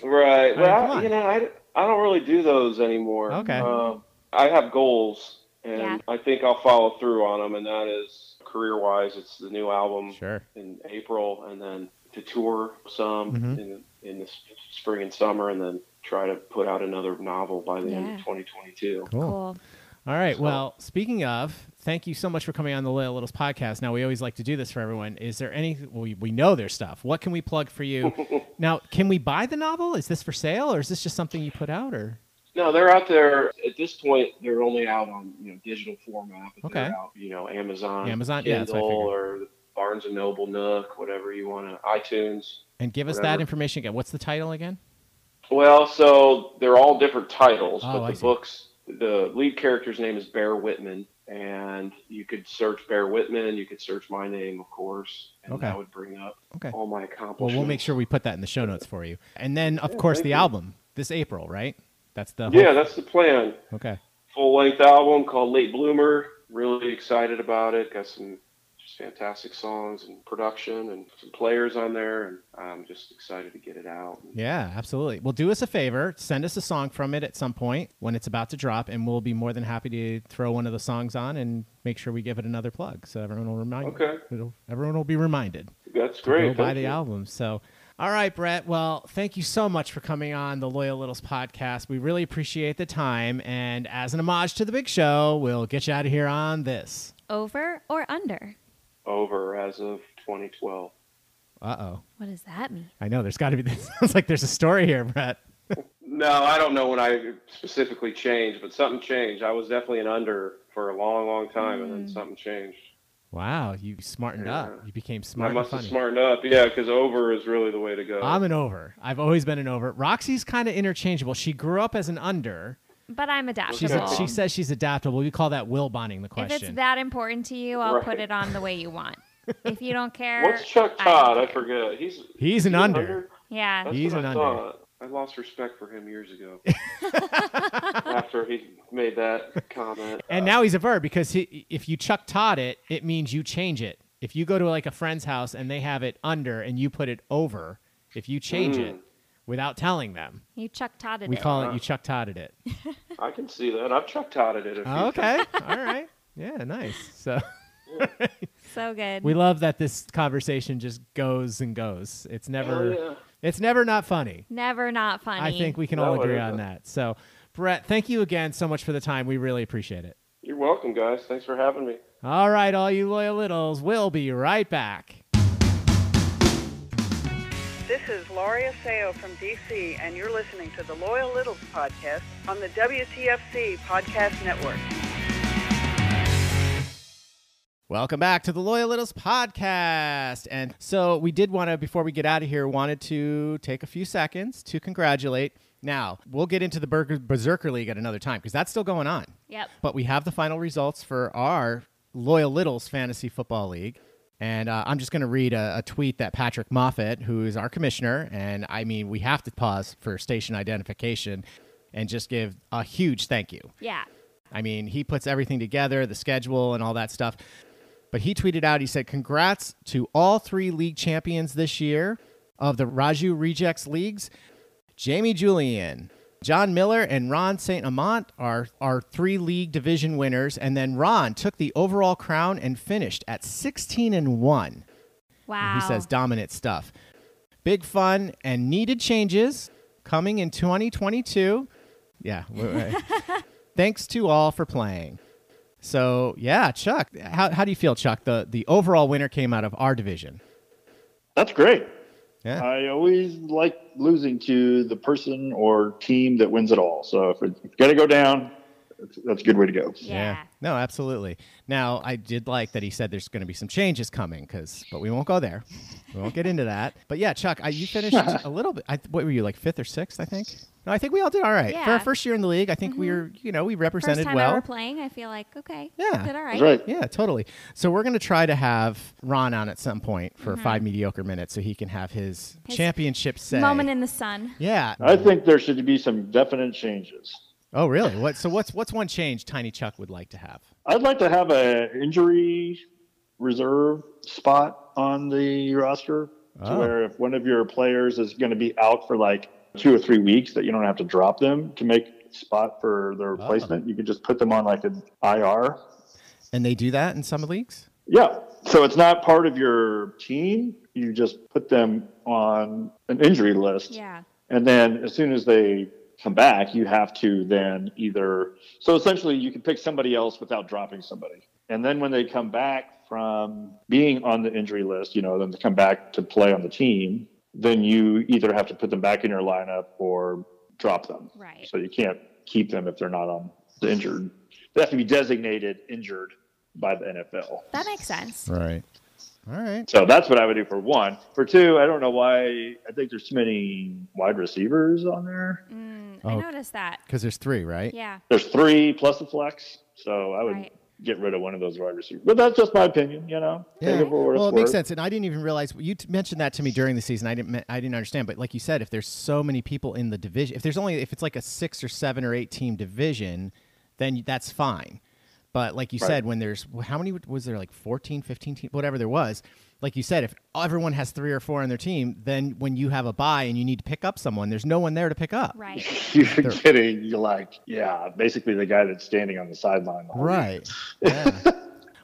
Speaker 7: right.
Speaker 3: I mean, come
Speaker 7: Well,
Speaker 3: on.
Speaker 7: you know, I, I don't really do those anymore.
Speaker 3: Okay.
Speaker 7: Um, I have goals, and
Speaker 1: Yeah.
Speaker 7: I think I'll follow through on them, and that is career wise, it's the new album
Speaker 3: Sure.
Speaker 7: in April, and then to tour some
Speaker 3: Mhm.
Speaker 7: in, in the s- spring and summer, and then try to put out another novel by the end
Speaker 1: Yeah.
Speaker 7: of 2022.
Speaker 1: Cool.
Speaker 3: All right.
Speaker 7: So-
Speaker 3: Well, speaking of, thank you so much for coming on the Loyal Littles podcast. Now, we always like to do this for everyone. Is there any, well, we, we know there's stuff. What can we plug for you? now, can we buy the novel? Is this for sale or is this just something you put out or?
Speaker 7: No, they're out there at this point. They're only out on you know digital format. But
Speaker 3: Okay.
Speaker 7: They're out, you know, Amazon,
Speaker 3: Amazon, yeah, that's
Speaker 7: Kindle,
Speaker 3: what I
Speaker 7: or the Barnes and Noble, Nook, whatever you want to, iTunes.
Speaker 3: And give us that
Speaker 7: Whatever.
Speaker 3: information again. What's the title again?
Speaker 7: Well, so they're all different titles,
Speaker 3: Oh,
Speaker 7: but
Speaker 3: I
Speaker 7: the
Speaker 3: see.
Speaker 7: books. The lead character's name is Bear Whitman, and you could search Bear Whitman. You could search my name, of course, and
Speaker 3: Okay.
Speaker 7: that would bring up
Speaker 3: Okay.
Speaker 7: all my
Speaker 3: Well,
Speaker 7: accomplishments.
Speaker 3: we'll make sure we put that in the show notes for you. And then, of course,
Speaker 7: thank
Speaker 3: the
Speaker 7: you.
Speaker 3: album this April, right? That's the
Speaker 7: Yeah, that's the plan.
Speaker 3: okay.
Speaker 7: full length album called Late Bloomer. Really excited about it. Got some just fantastic songs and production and some players on there, and I'm just excited to get it out.
Speaker 3: Yeah, absolutely. Well, do us a favor, send us a song from it at some point when it's about to drop, and we'll be more than happy to throw one of the songs on and make sure we give it another plug, so everyone will remind.
Speaker 7: Okay.
Speaker 3: it'll- everyone will be reminded.
Speaker 7: That's
Speaker 3: to
Speaker 7: great.
Speaker 3: Go buy
Speaker 7: Thank
Speaker 3: the
Speaker 7: you.
Speaker 3: album. So, all right, Brett. Well, thank you so much for coming on the Loyal Littles podcast. We really appreciate the time, and as an homage to the big show, we'll get you out of here on this.
Speaker 1: Over or under?
Speaker 7: Over as of 2012.
Speaker 3: Uh oh.
Speaker 1: What does that mean?
Speaker 3: I know there's got to be. It sounds like there's a story here, Brett.
Speaker 7: No, I don't know when I specifically changed, but something changed. I was definitely an under for a long, long time, and then something changed.
Speaker 3: Wow, you smartened up.
Speaker 7: Yeah.
Speaker 3: You became smart
Speaker 7: I
Speaker 3: and
Speaker 7: must have
Speaker 3: funny.
Speaker 7: smartened up. Yeah, because over is really the way to go.
Speaker 3: I'm an over. I've always been an over. Roxy's kind of interchangeable. She grew up as an under.
Speaker 1: But I'm adaptable.
Speaker 3: She's
Speaker 7: Okay.
Speaker 3: she says she's adaptable. We call that will bonding the
Speaker 1: if it's
Speaker 3: question.
Speaker 1: that important to you, I'll put
Speaker 7: Right.
Speaker 1: it on the way you want. If you don't care,
Speaker 7: What's Chuck
Speaker 1: I don't
Speaker 7: Todd? I,
Speaker 1: care.
Speaker 7: forget. He's
Speaker 3: He's an
Speaker 7: he's
Speaker 3: under.
Speaker 1: Yeah.
Speaker 7: That's
Speaker 3: He's
Speaker 7: what
Speaker 3: an
Speaker 7: I
Speaker 3: under.
Speaker 7: thought. I lost respect for him years ago after he made that comment.
Speaker 3: and now he's a verb because he, if you Chuck Todd it, it means you change it. If you go to like a friend's house and they have it under and you put it over, if you change it
Speaker 7: Mm.
Speaker 3: without telling them,
Speaker 1: You Chuck Todd
Speaker 3: we call it you Chuck Todded it. Oh,
Speaker 7: I can see that. I've Chuck Todded it. A few times.
Speaker 3: okay. All right. Yeah, nice. So
Speaker 1: So good.
Speaker 3: We love that this conversation just goes and goes. It's never
Speaker 7: Oh, yeah.
Speaker 3: it's never not funny.
Speaker 1: Never not funny.
Speaker 3: I think we can
Speaker 7: No,
Speaker 3: all
Speaker 7: it
Speaker 3: agree on
Speaker 7: isn't.
Speaker 3: that. So Brett, thank you again so much for the time. We really appreciate it.
Speaker 7: You're welcome, guys. Thanks for having me.
Speaker 3: All right, all you loyal littles, we'll be right back.
Speaker 9: This is Laurie Aseo from DC, and you're listening to the Loyal Littles podcast on the WTFC Podcast Network.
Speaker 3: Welcome back to the Loyal Littles podcast. And so we did want to, before we get out of here, wanted to take a few seconds to congratulate. Now, we'll get into the Berger- Berserker League at another time because that's still going on.
Speaker 1: Yep.
Speaker 3: But we have the final results for our Loyal Littles Fantasy Football League. And uh, I'm just going to read a, a tweet that Patrick Moffett, who is our commissioner, and I mean, we have to pause for station identification and just give a huge thank you.
Speaker 1: Yeah.
Speaker 3: I mean, he puts everything together, the schedule and all that stuff. But he tweeted out, he said, Congrats to all three league champions this year of the Raju Rejects Leagues. Jamie Julian, John Miller, and Ron St. Amant are our three league division winners. And then Ron took the overall crown and finished at 16 and 1.
Speaker 1: Wow.
Speaker 3: He says dominant stuff. Big fun and needed changes. coming in 2022. Yeah. we're- we're- Thanks to all for playing. So yeah, Chuck, how, how do you feel, Chuck? The the overall winner came out of our division.
Speaker 4: That's great.
Speaker 3: Yeah.
Speaker 4: I always like losing to the person or team that wins it all. So if it's going to go down, that's- that's a good way to go.
Speaker 1: Yeah.
Speaker 3: No, absolutely. Now, I did like that he said there's going to be some changes coming, because but we won't go there. We won't get into that. But yeah, Chuck, I, you finished a little bit. I, what were you like fifth or sixth? I think. No, I think we all did all right for
Speaker 1: Yeah. Mm-hmm.
Speaker 3: our first year in the league. I think we were, you know, we
Speaker 1: First
Speaker 3: represented
Speaker 1: time
Speaker 3: well.
Speaker 1: ever playing, I feel like okay,
Speaker 3: Yeah.
Speaker 1: did all right.
Speaker 4: That's right.
Speaker 3: Yeah, totally. So we're going to try to have Ron on at some point for five mediocre minutes, so he can have his,
Speaker 1: Mm-hmm. His
Speaker 3: championship say.
Speaker 1: Moment in the sun.
Speaker 3: yeah.
Speaker 4: I think there should be some definite changes.
Speaker 3: oh, really? What? So what's what's one change Tiny Chuck would like to have?
Speaker 4: I'd like to have a injury reserve spot on the roster to
Speaker 3: Oh.
Speaker 4: where if one of your players is going to be out for like two or three weeks, that you don't have to drop them to make spot for their replacement. You can just put them on like an IR.
Speaker 3: And they do that in some leagues.
Speaker 4: Yeah. So it's not part of your team. You just put them on an injury list.
Speaker 1: Yeah.
Speaker 4: And then as soon as they come back, you have to then either. So essentially, you can pick somebody else without dropping somebody. And then when they come back from being on the injury list, you know, then they come back to play on the team, then you either have to put them back in your lineup or drop them.
Speaker 1: Right.
Speaker 4: So you can't keep them if they're not on the injured. They have to be designated injured by the NFL.
Speaker 1: That makes sense.
Speaker 3: Right. All right.
Speaker 4: So that's what I would do for one. For two, I don't know why. I think there's too many wide receivers on there.
Speaker 1: Mm, I
Speaker 3: Oh.
Speaker 1: noticed that.
Speaker 3: Because there's three, right?
Speaker 1: Yeah.
Speaker 4: There's three plus a flex, so I would
Speaker 1: Right.
Speaker 4: get rid of one of those wide receivers. But that's just my opinion, you know. Take it for what it's
Speaker 3: Well, it makes
Speaker 4: worth.
Speaker 3: sense, and I didn't even realize you t- mentioned that to me during the season. I didn't, me- I didn't understand, but like you said, if there's so many people in the division, if there's only if it's like a six or seven or eight team division, then that's fine. But like you said, when there's how many was there like 14, 15 teams, whatever there was. Like you said, if everyone has three or four on their team, then when you have a bye and you need to pick up someone, there's no one there to pick up.
Speaker 1: Right.
Speaker 4: You're kidding. You're like, yeah, basically the guy that's standing on the sideline. the whole
Speaker 3: Right. Yeah.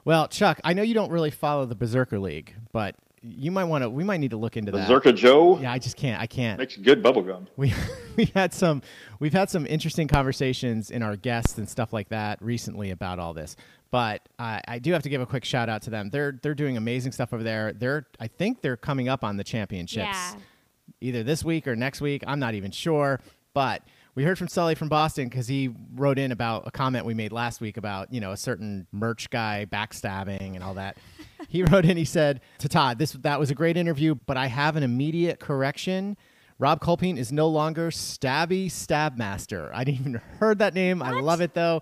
Speaker 3: well, Chuck, I know you don't really follow the Berserker League, but you might want to. We might need to look into
Speaker 4: week.
Speaker 3: that.
Speaker 4: Berserker Joe
Speaker 3: Yeah, Mm-hmm. I just can't. I can't.
Speaker 4: makes good bubblegum.
Speaker 3: We we had some we've had some interesting conversations in our guests and stuff like that recently about all this. But uh, I do have to give a quick shout out to them. They're they're doing amazing stuff over there. They're I think they're coming up on the championships
Speaker 1: Yeah.
Speaker 3: either this week or next week. I'm not even sure. But we heard from Sully from Boston because he wrote in about a comment we made last week about, you know, a certain merch guy backstabbing and all that. he wrote in, he said to Todd, this, that was a great interview, but I have an immediate correction. Rob Culpine is no longer Stabby Stabmaster. I didn't even heard that name. I love it though.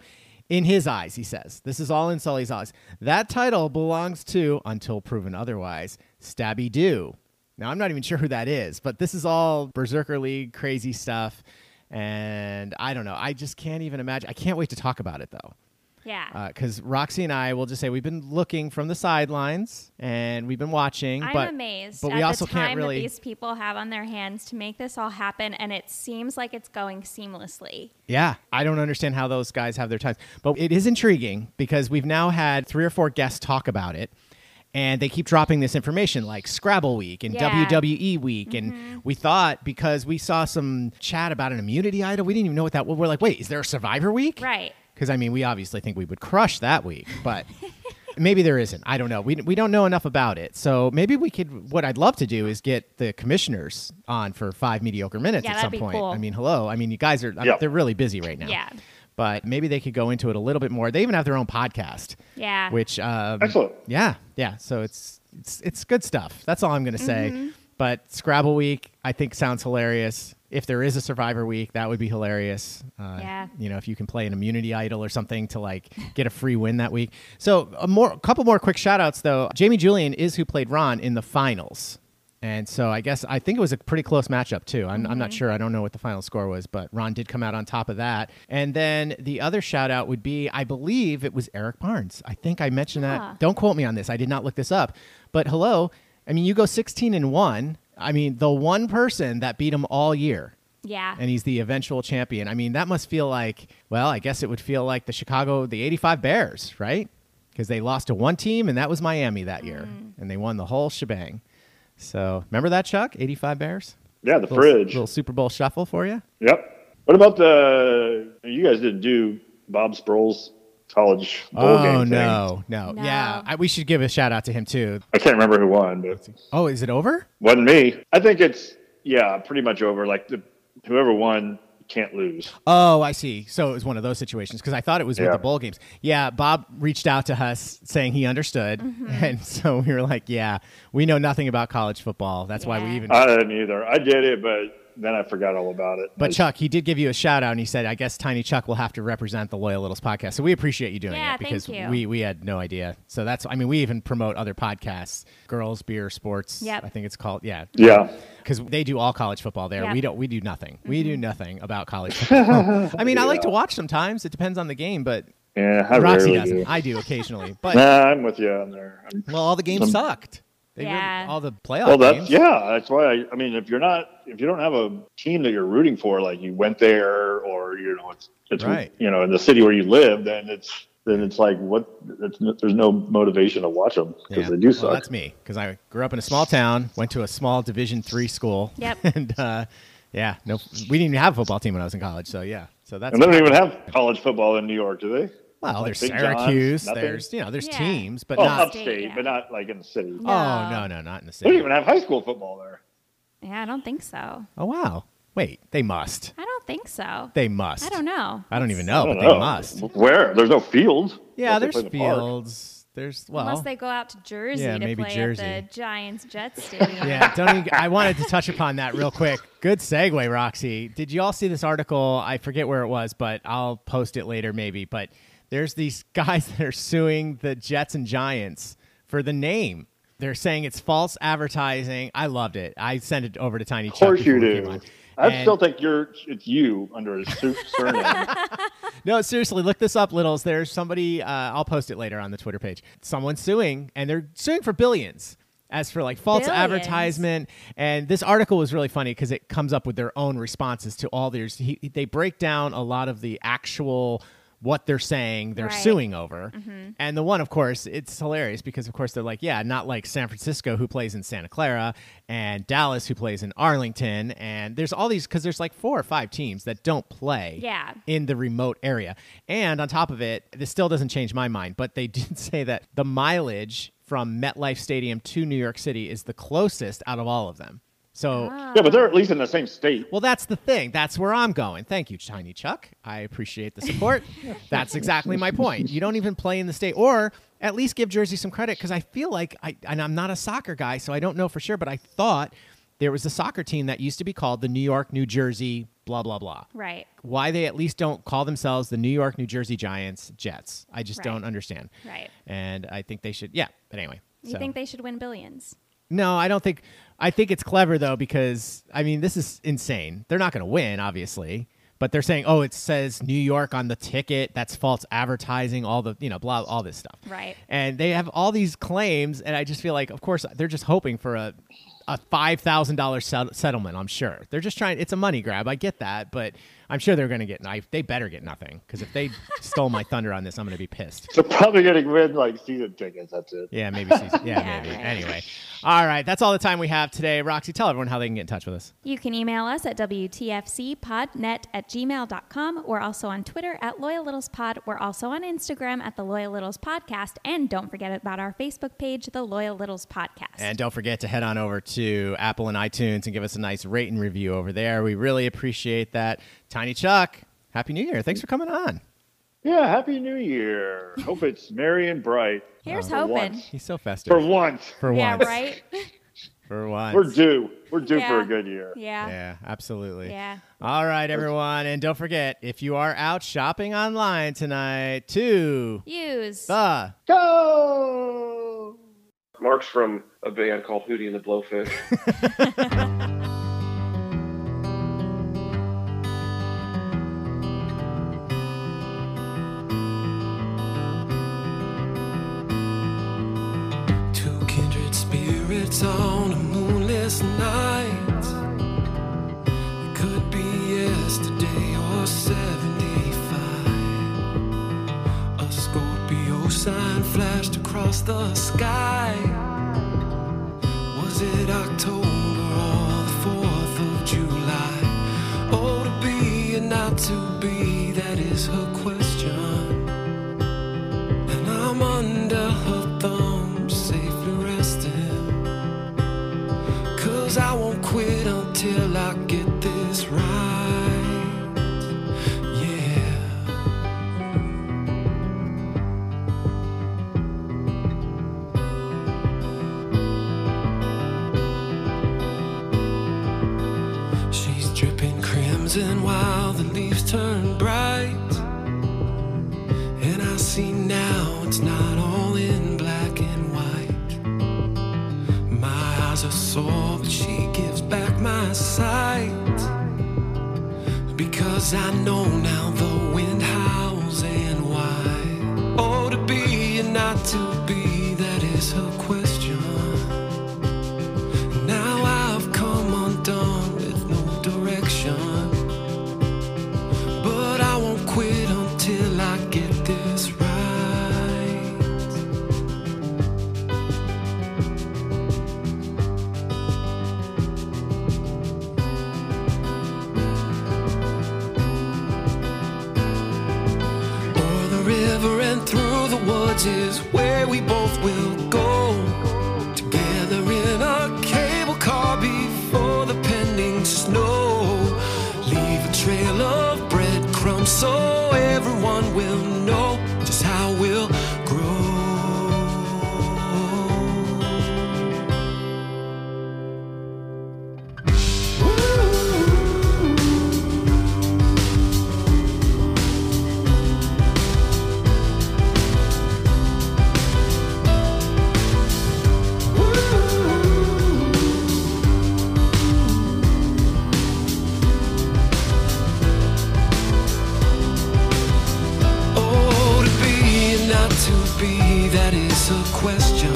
Speaker 3: In his eyes, he says. This is all in Sully's eyes. That title belongs to, until proven otherwise, Stabby Doo. Now, I'm not even sure who that is, but this is all Berserker League crazy stuff. And I don't know. I just can't even imagine. I can't wait to talk about it, though.
Speaker 1: Yeah.
Speaker 3: Because Roxy and I will just say we've been looking from the sidelines and we've been watching.
Speaker 1: I'm
Speaker 3: but,
Speaker 1: amazed
Speaker 3: but
Speaker 1: at
Speaker 3: we also
Speaker 1: the time
Speaker 3: can't really.
Speaker 1: that these people have on their hands to make this all happen, and it seems like it's going seamlessly.
Speaker 3: Yeah, I don't understand how those guys have their time. But it is intriguing because we've now had three or four guests talk about it. And they keep dropping this information like Scrabble Week and
Speaker 1: Yeah.
Speaker 3: WWE Week. And we thought because we saw some chat about an immunity idol, we didn't even know what that was. We're like, wait, is there a Survivor Week?
Speaker 1: Right.
Speaker 3: Because, I mean, we obviously think we would crush that week, but maybe there isn't. I don't know. We, we don't know enough about it. So maybe we could, what I'd love to do is get the commissioners on for five mediocre minutes
Speaker 1: Yeah,
Speaker 3: at
Speaker 1: that'd
Speaker 3: some
Speaker 1: be
Speaker 3: point.
Speaker 1: cool.
Speaker 3: I mean, hello. I mean, you guys are, I mean,
Speaker 4: Yeah.
Speaker 3: they're really busy right now.
Speaker 1: Yeah.
Speaker 3: But maybe they could go into it a little bit more. They even have their own podcast,
Speaker 1: Yeah.
Speaker 3: which, um,
Speaker 4: Excellent.
Speaker 3: yeah, yeah. So it's, it's, it's good stuff. That's all I'm going to say.
Speaker 1: Mm-hmm.
Speaker 3: But Scrabble Week, I think, sounds hilarious. If there is a Survivor Week, that would be hilarious. Uh,
Speaker 1: Yeah.
Speaker 3: you know, if you can play an immunity idol or something to like get a free win that week. So a more couple more quick shout outs though. Jamie Julian is who played Ron in the finals. And so I guess I think it was a pretty close matchup too. I'm, I'm not sure. I don't know what the final score was, but Ron did come out on top of that. And then the other shout out would be I believe it was Eric Barnes. I think I mentioned
Speaker 1: Yeah.
Speaker 3: that. Don't quote me on this. I did not look this up. But hello, I mean you go 16 and 1. I mean the one person that beat him all year
Speaker 1: yeah.
Speaker 3: and he's the eventual champion. I mean, that must feel like, well, I guess it would feel like the Chicago, the 85 Bears, right? Because they lost to one team, and that was Miami that year, and they won the whole shebang. So remember that, Chuck? 85 Bears?
Speaker 4: Yeah, the
Speaker 3: Little-
Speaker 4: fridge.
Speaker 3: Little Super Bowl shuffle for you.
Speaker 4: Yep. What about the? You guys didn't do Bob Sproul's college bowl game
Speaker 3: oh
Speaker 4: thing.
Speaker 3: no, no,
Speaker 1: No.
Speaker 3: yeah. I, we should give a shout out to him too.
Speaker 4: I can't remember who won, but
Speaker 3: Oh, is it over?
Speaker 4: wasn't me. I think it's yeah, pretty much over. Like the, whoever won can't lose.
Speaker 3: Oh, I see. So it was one of those situations because I thought it was with
Speaker 4: Yeah.
Speaker 3: the bowl games. Yeah, Bob reached out to us saying he understood,
Speaker 1: Mm-hmm.
Speaker 3: and so we were like, "Yeah, we know nothing about college football. That's why we
Speaker 1: Yeah.
Speaker 3: even."
Speaker 4: I didn't either. I did it, but then I forgot all about it.
Speaker 3: but Chuck, he did give you a shout out, and he said, "I guess Tiny Chuck will have to represent the Loyal Littles podcast." So we appreciate you doing
Speaker 1: Yeah,
Speaker 3: it
Speaker 1: thank
Speaker 3: because
Speaker 1: you.
Speaker 3: we we had no idea. So that's I mean, we even promote other podcasts, Girls Beer Sports.
Speaker 1: Yep.
Speaker 3: I think it's called. Yeah,
Speaker 4: yeah,
Speaker 3: because they do all college football there.
Speaker 1: Yeah.
Speaker 3: We don't. We do nothing. We
Speaker 1: Mm-hmm.
Speaker 3: do nothing about college. football. I mean, I like to watch sometimes. It depends on the game, but
Speaker 4: yeah, I
Speaker 3: Roxy
Speaker 4: rarely
Speaker 3: doesn't.
Speaker 4: do.
Speaker 3: I do occasionally.
Speaker 4: nah,
Speaker 3: But
Speaker 4: I'm with you on there. I'm-
Speaker 3: well, all the games
Speaker 4: Some-
Speaker 3: sucked. They really-
Speaker 1: Yeah.
Speaker 3: all the playoff
Speaker 4: well, that's
Speaker 3: games.
Speaker 4: yeah. That's why. I, I mean, if you're not, if you don't have a team that you're rooting for, like you went there, or you know, it's it's
Speaker 3: Right.
Speaker 4: you know, in the city where you live, then it's then it's like what? It's, there's no motivation to watch them because
Speaker 3: Yeah.
Speaker 4: they do
Speaker 3: Well,
Speaker 4: suck.
Speaker 3: that's me because I grew up in a small town, went to a small Division three school.
Speaker 1: Yep.
Speaker 3: And uh, yeah, no, we didn't even have a football team when I was in college. So yeah, so that's
Speaker 4: and they don't even have college football in New York, do they?
Speaker 3: well, there's
Speaker 4: Big John's,
Speaker 3: Syracuse,
Speaker 4: nothing?
Speaker 3: there's you know, there's
Speaker 1: Yeah.
Speaker 3: teams, but
Speaker 4: oh,
Speaker 3: not.
Speaker 4: upstate,
Speaker 1: yeah.
Speaker 4: but not like in the city.
Speaker 3: Oh no, no, not in the
Speaker 4: They
Speaker 3: city.
Speaker 4: don't even have high school football there.
Speaker 1: Yeah, I don't think so.
Speaker 3: Oh wow, wait, they must.
Speaker 1: I don't think so.
Speaker 3: They must.
Speaker 1: I don't know.
Speaker 3: I don't even know, Oh,
Speaker 4: I
Speaker 3: but
Speaker 4: don't
Speaker 3: they
Speaker 4: know.
Speaker 3: must.
Speaker 4: Where? There's no fields.
Speaker 3: Yeah,
Speaker 4: Unless
Speaker 3: there's
Speaker 4: they play in the park.
Speaker 3: fields. There's well.
Speaker 1: Unless they go out to Jersey
Speaker 3: Yeah,
Speaker 1: to
Speaker 3: maybe
Speaker 1: play
Speaker 3: Jersey.
Speaker 1: at the Giants Jets Stadium.
Speaker 3: yeah, don't even, I wanted to touch upon that real quick. Good segue, Roxy. Did you all see this article? I forget where it was, but I'll post it later maybe. But there's these guys that are suing the Jets and Giants for the name. They're saying it's false advertising. I loved it. I sent it over to Tiny
Speaker 4: Of course you do. I
Speaker 3: And-
Speaker 4: still think you're it's you under a su- surname.
Speaker 3: No, seriously, look this up, Littles. There's somebody, uh, I'll post it later on the Twitter page. Someone's suing, and they're suing for billions as for like false
Speaker 1: Billions.
Speaker 3: advertisement. And this article was really funny because it comes up with their own responses to all theirs. He, they break down a lot of the actual what they're saying they're
Speaker 1: Right. Mm-hmm.
Speaker 3: suing over. And the one, of course, it's hilarious because, of course, they're like, yeah, not like San Francisco, who plays in Santa Clara, and Dallas, who plays in Arlington. And there's all these, because there's like four or five teams that don't play
Speaker 1: Yeah.
Speaker 3: in the remote area. And on top of it, this still doesn't change my mind, but they did say that the mileage from MetLife Stadium to New York City is the closest out of all of them. So,
Speaker 4: yeah, but they're at least in the same state.
Speaker 3: well, that's the thing. That's where I'm going. Thank you, Tiny Chuck. I appreciate the support. that's exactly my point. You don't even play in the state, or at least give Jersey some credit because I feel like I, and I'm not a soccer guy, so I don't know for sure, but I thought there was a soccer team that used to be called the New York, New Jersey, blah, blah, blah
Speaker 1: Right.
Speaker 3: why they at least don't call themselves the New York, New Jersey Giants Jets. I just
Speaker 1: Right.
Speaker 3: don't understand.
Speaker 1: Right.
Speaker 3: And I think they should, yeah. But anyway.
Speaker 1: You
Speaker 3: so-
Speaker 1: think they should win billions?
Speaker 3: no, I don't think. I think it's clever though because I mean this is insane. They're not going to win, obviously, but they're saying, "Oh, it says New York on the ticket. That's false advertising." All the you know, blah, all this stuff.
Speaker 1: Right.
Speaker 3: And they have all these claims, and I just feel like, of course, they're just hoping for a a five thousand dollars settlement. I'm sure they're just trying. It's a money grab. I get that, but I'm sure they're going to get. I, they better get nothing because if they stole my thunder on this, I'm going to be pissed.
Speaker 4: They're probably going to win like season tickets. That's it.
Speaker 3: Yeah, maybe. Season, yeah,
Speaker 1: Yeah,
Speaker 3: maybe.
Speaker 1: right.
Speaker 3: Anyway, all right. That's all the time we have today. Roxy, tell everyone how they can get in touch with us.
Speaker 1: You can email us at WTFCpodnet at gmail.com. We're also on Twitter at Loyal Littles Pod. We're also on Instagram at The Loyal Littles Podcast. And don't forget about our Facebook page, The Loyal Littles Podcast.
Speaker 3: And don't forget to head on over to Apple and iTunes and give us a nice rate and review over there. We really appreciate that. Tiny Chuck, Happy New Year. Thanks for coming on.
Speaker 4: Yeah, happy New Year. Hope it's merry and bright
Speaker 1: Here's
Speaker 4: for
Speaker 1: hoping.
Speaker 4: once.
Speaker 3: He's so festive.
Speaker 4: for once.
Speaker 3: For
Speaker 1: Yeah,
Speaker 3: once.
Speaker 1: right?
Speaker 3: For once.
Speaker 4: We're due. We're due for
Speaker 1: Yeah.
Speaker 4: a good year.
Speaker 1: Yeah.
Speaker 3: Yeah, absolutely.
Speaker 1: Yeah.
Speaker 3: All right, everyone. And don't forget, if you are out shopping online tonight, to
Speaker 1: Use.
Speaker 3: the
Speaker 4: Go.
Speaker 7: Mark's from a band called Hootie and the Blowfish.
Speaker 6: Two kindred spirits on a moonless night. It could be yesterday or 75. A Scorpio sign flashed across the sky. Was it October or the 4th of Oh, not to be? That is her question. And I'm under her thumb, safely resting. Cause I won't quit until I get this right. Yeah. She's dripping crimson while the leaves turn bright. And I see now it's not all in black and white. My eyes are sore, but she gives back my sight. Because I know now the wind howls and why. Oh, to be and not to be, that is her question. Now I've come undone with no direction. But I won't quit until I get this right. O'er the river and through the woods is where we both will go. Together in a cable car before the pending snow. Leave a trail of breadcrumbs so everyone will know just how we'll grow. Oh, to be and not to be, that is a question.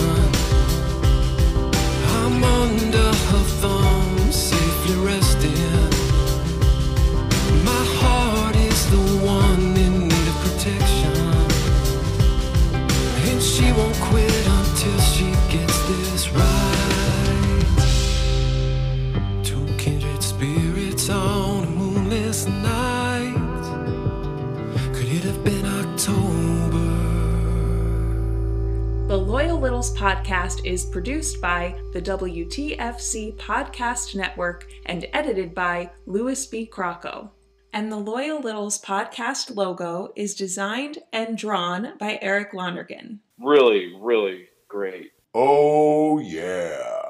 Speaker 6: I'm under her thumb, safely resting. My heart is the one in need of protection. And she won't quit until she gets this right. Two kindred spirits on a moonless night. Could it have been October?
Speaker 10: The Loyal Littles podcast is produced by the WTFC Podcast Network and edited by Louis B. Crocco. And the Loyal Littles podcast logo is designed and drawn by Eric Lonergan.
Speaker 7: Really, really great.
Speaker 11: Oh, yeah.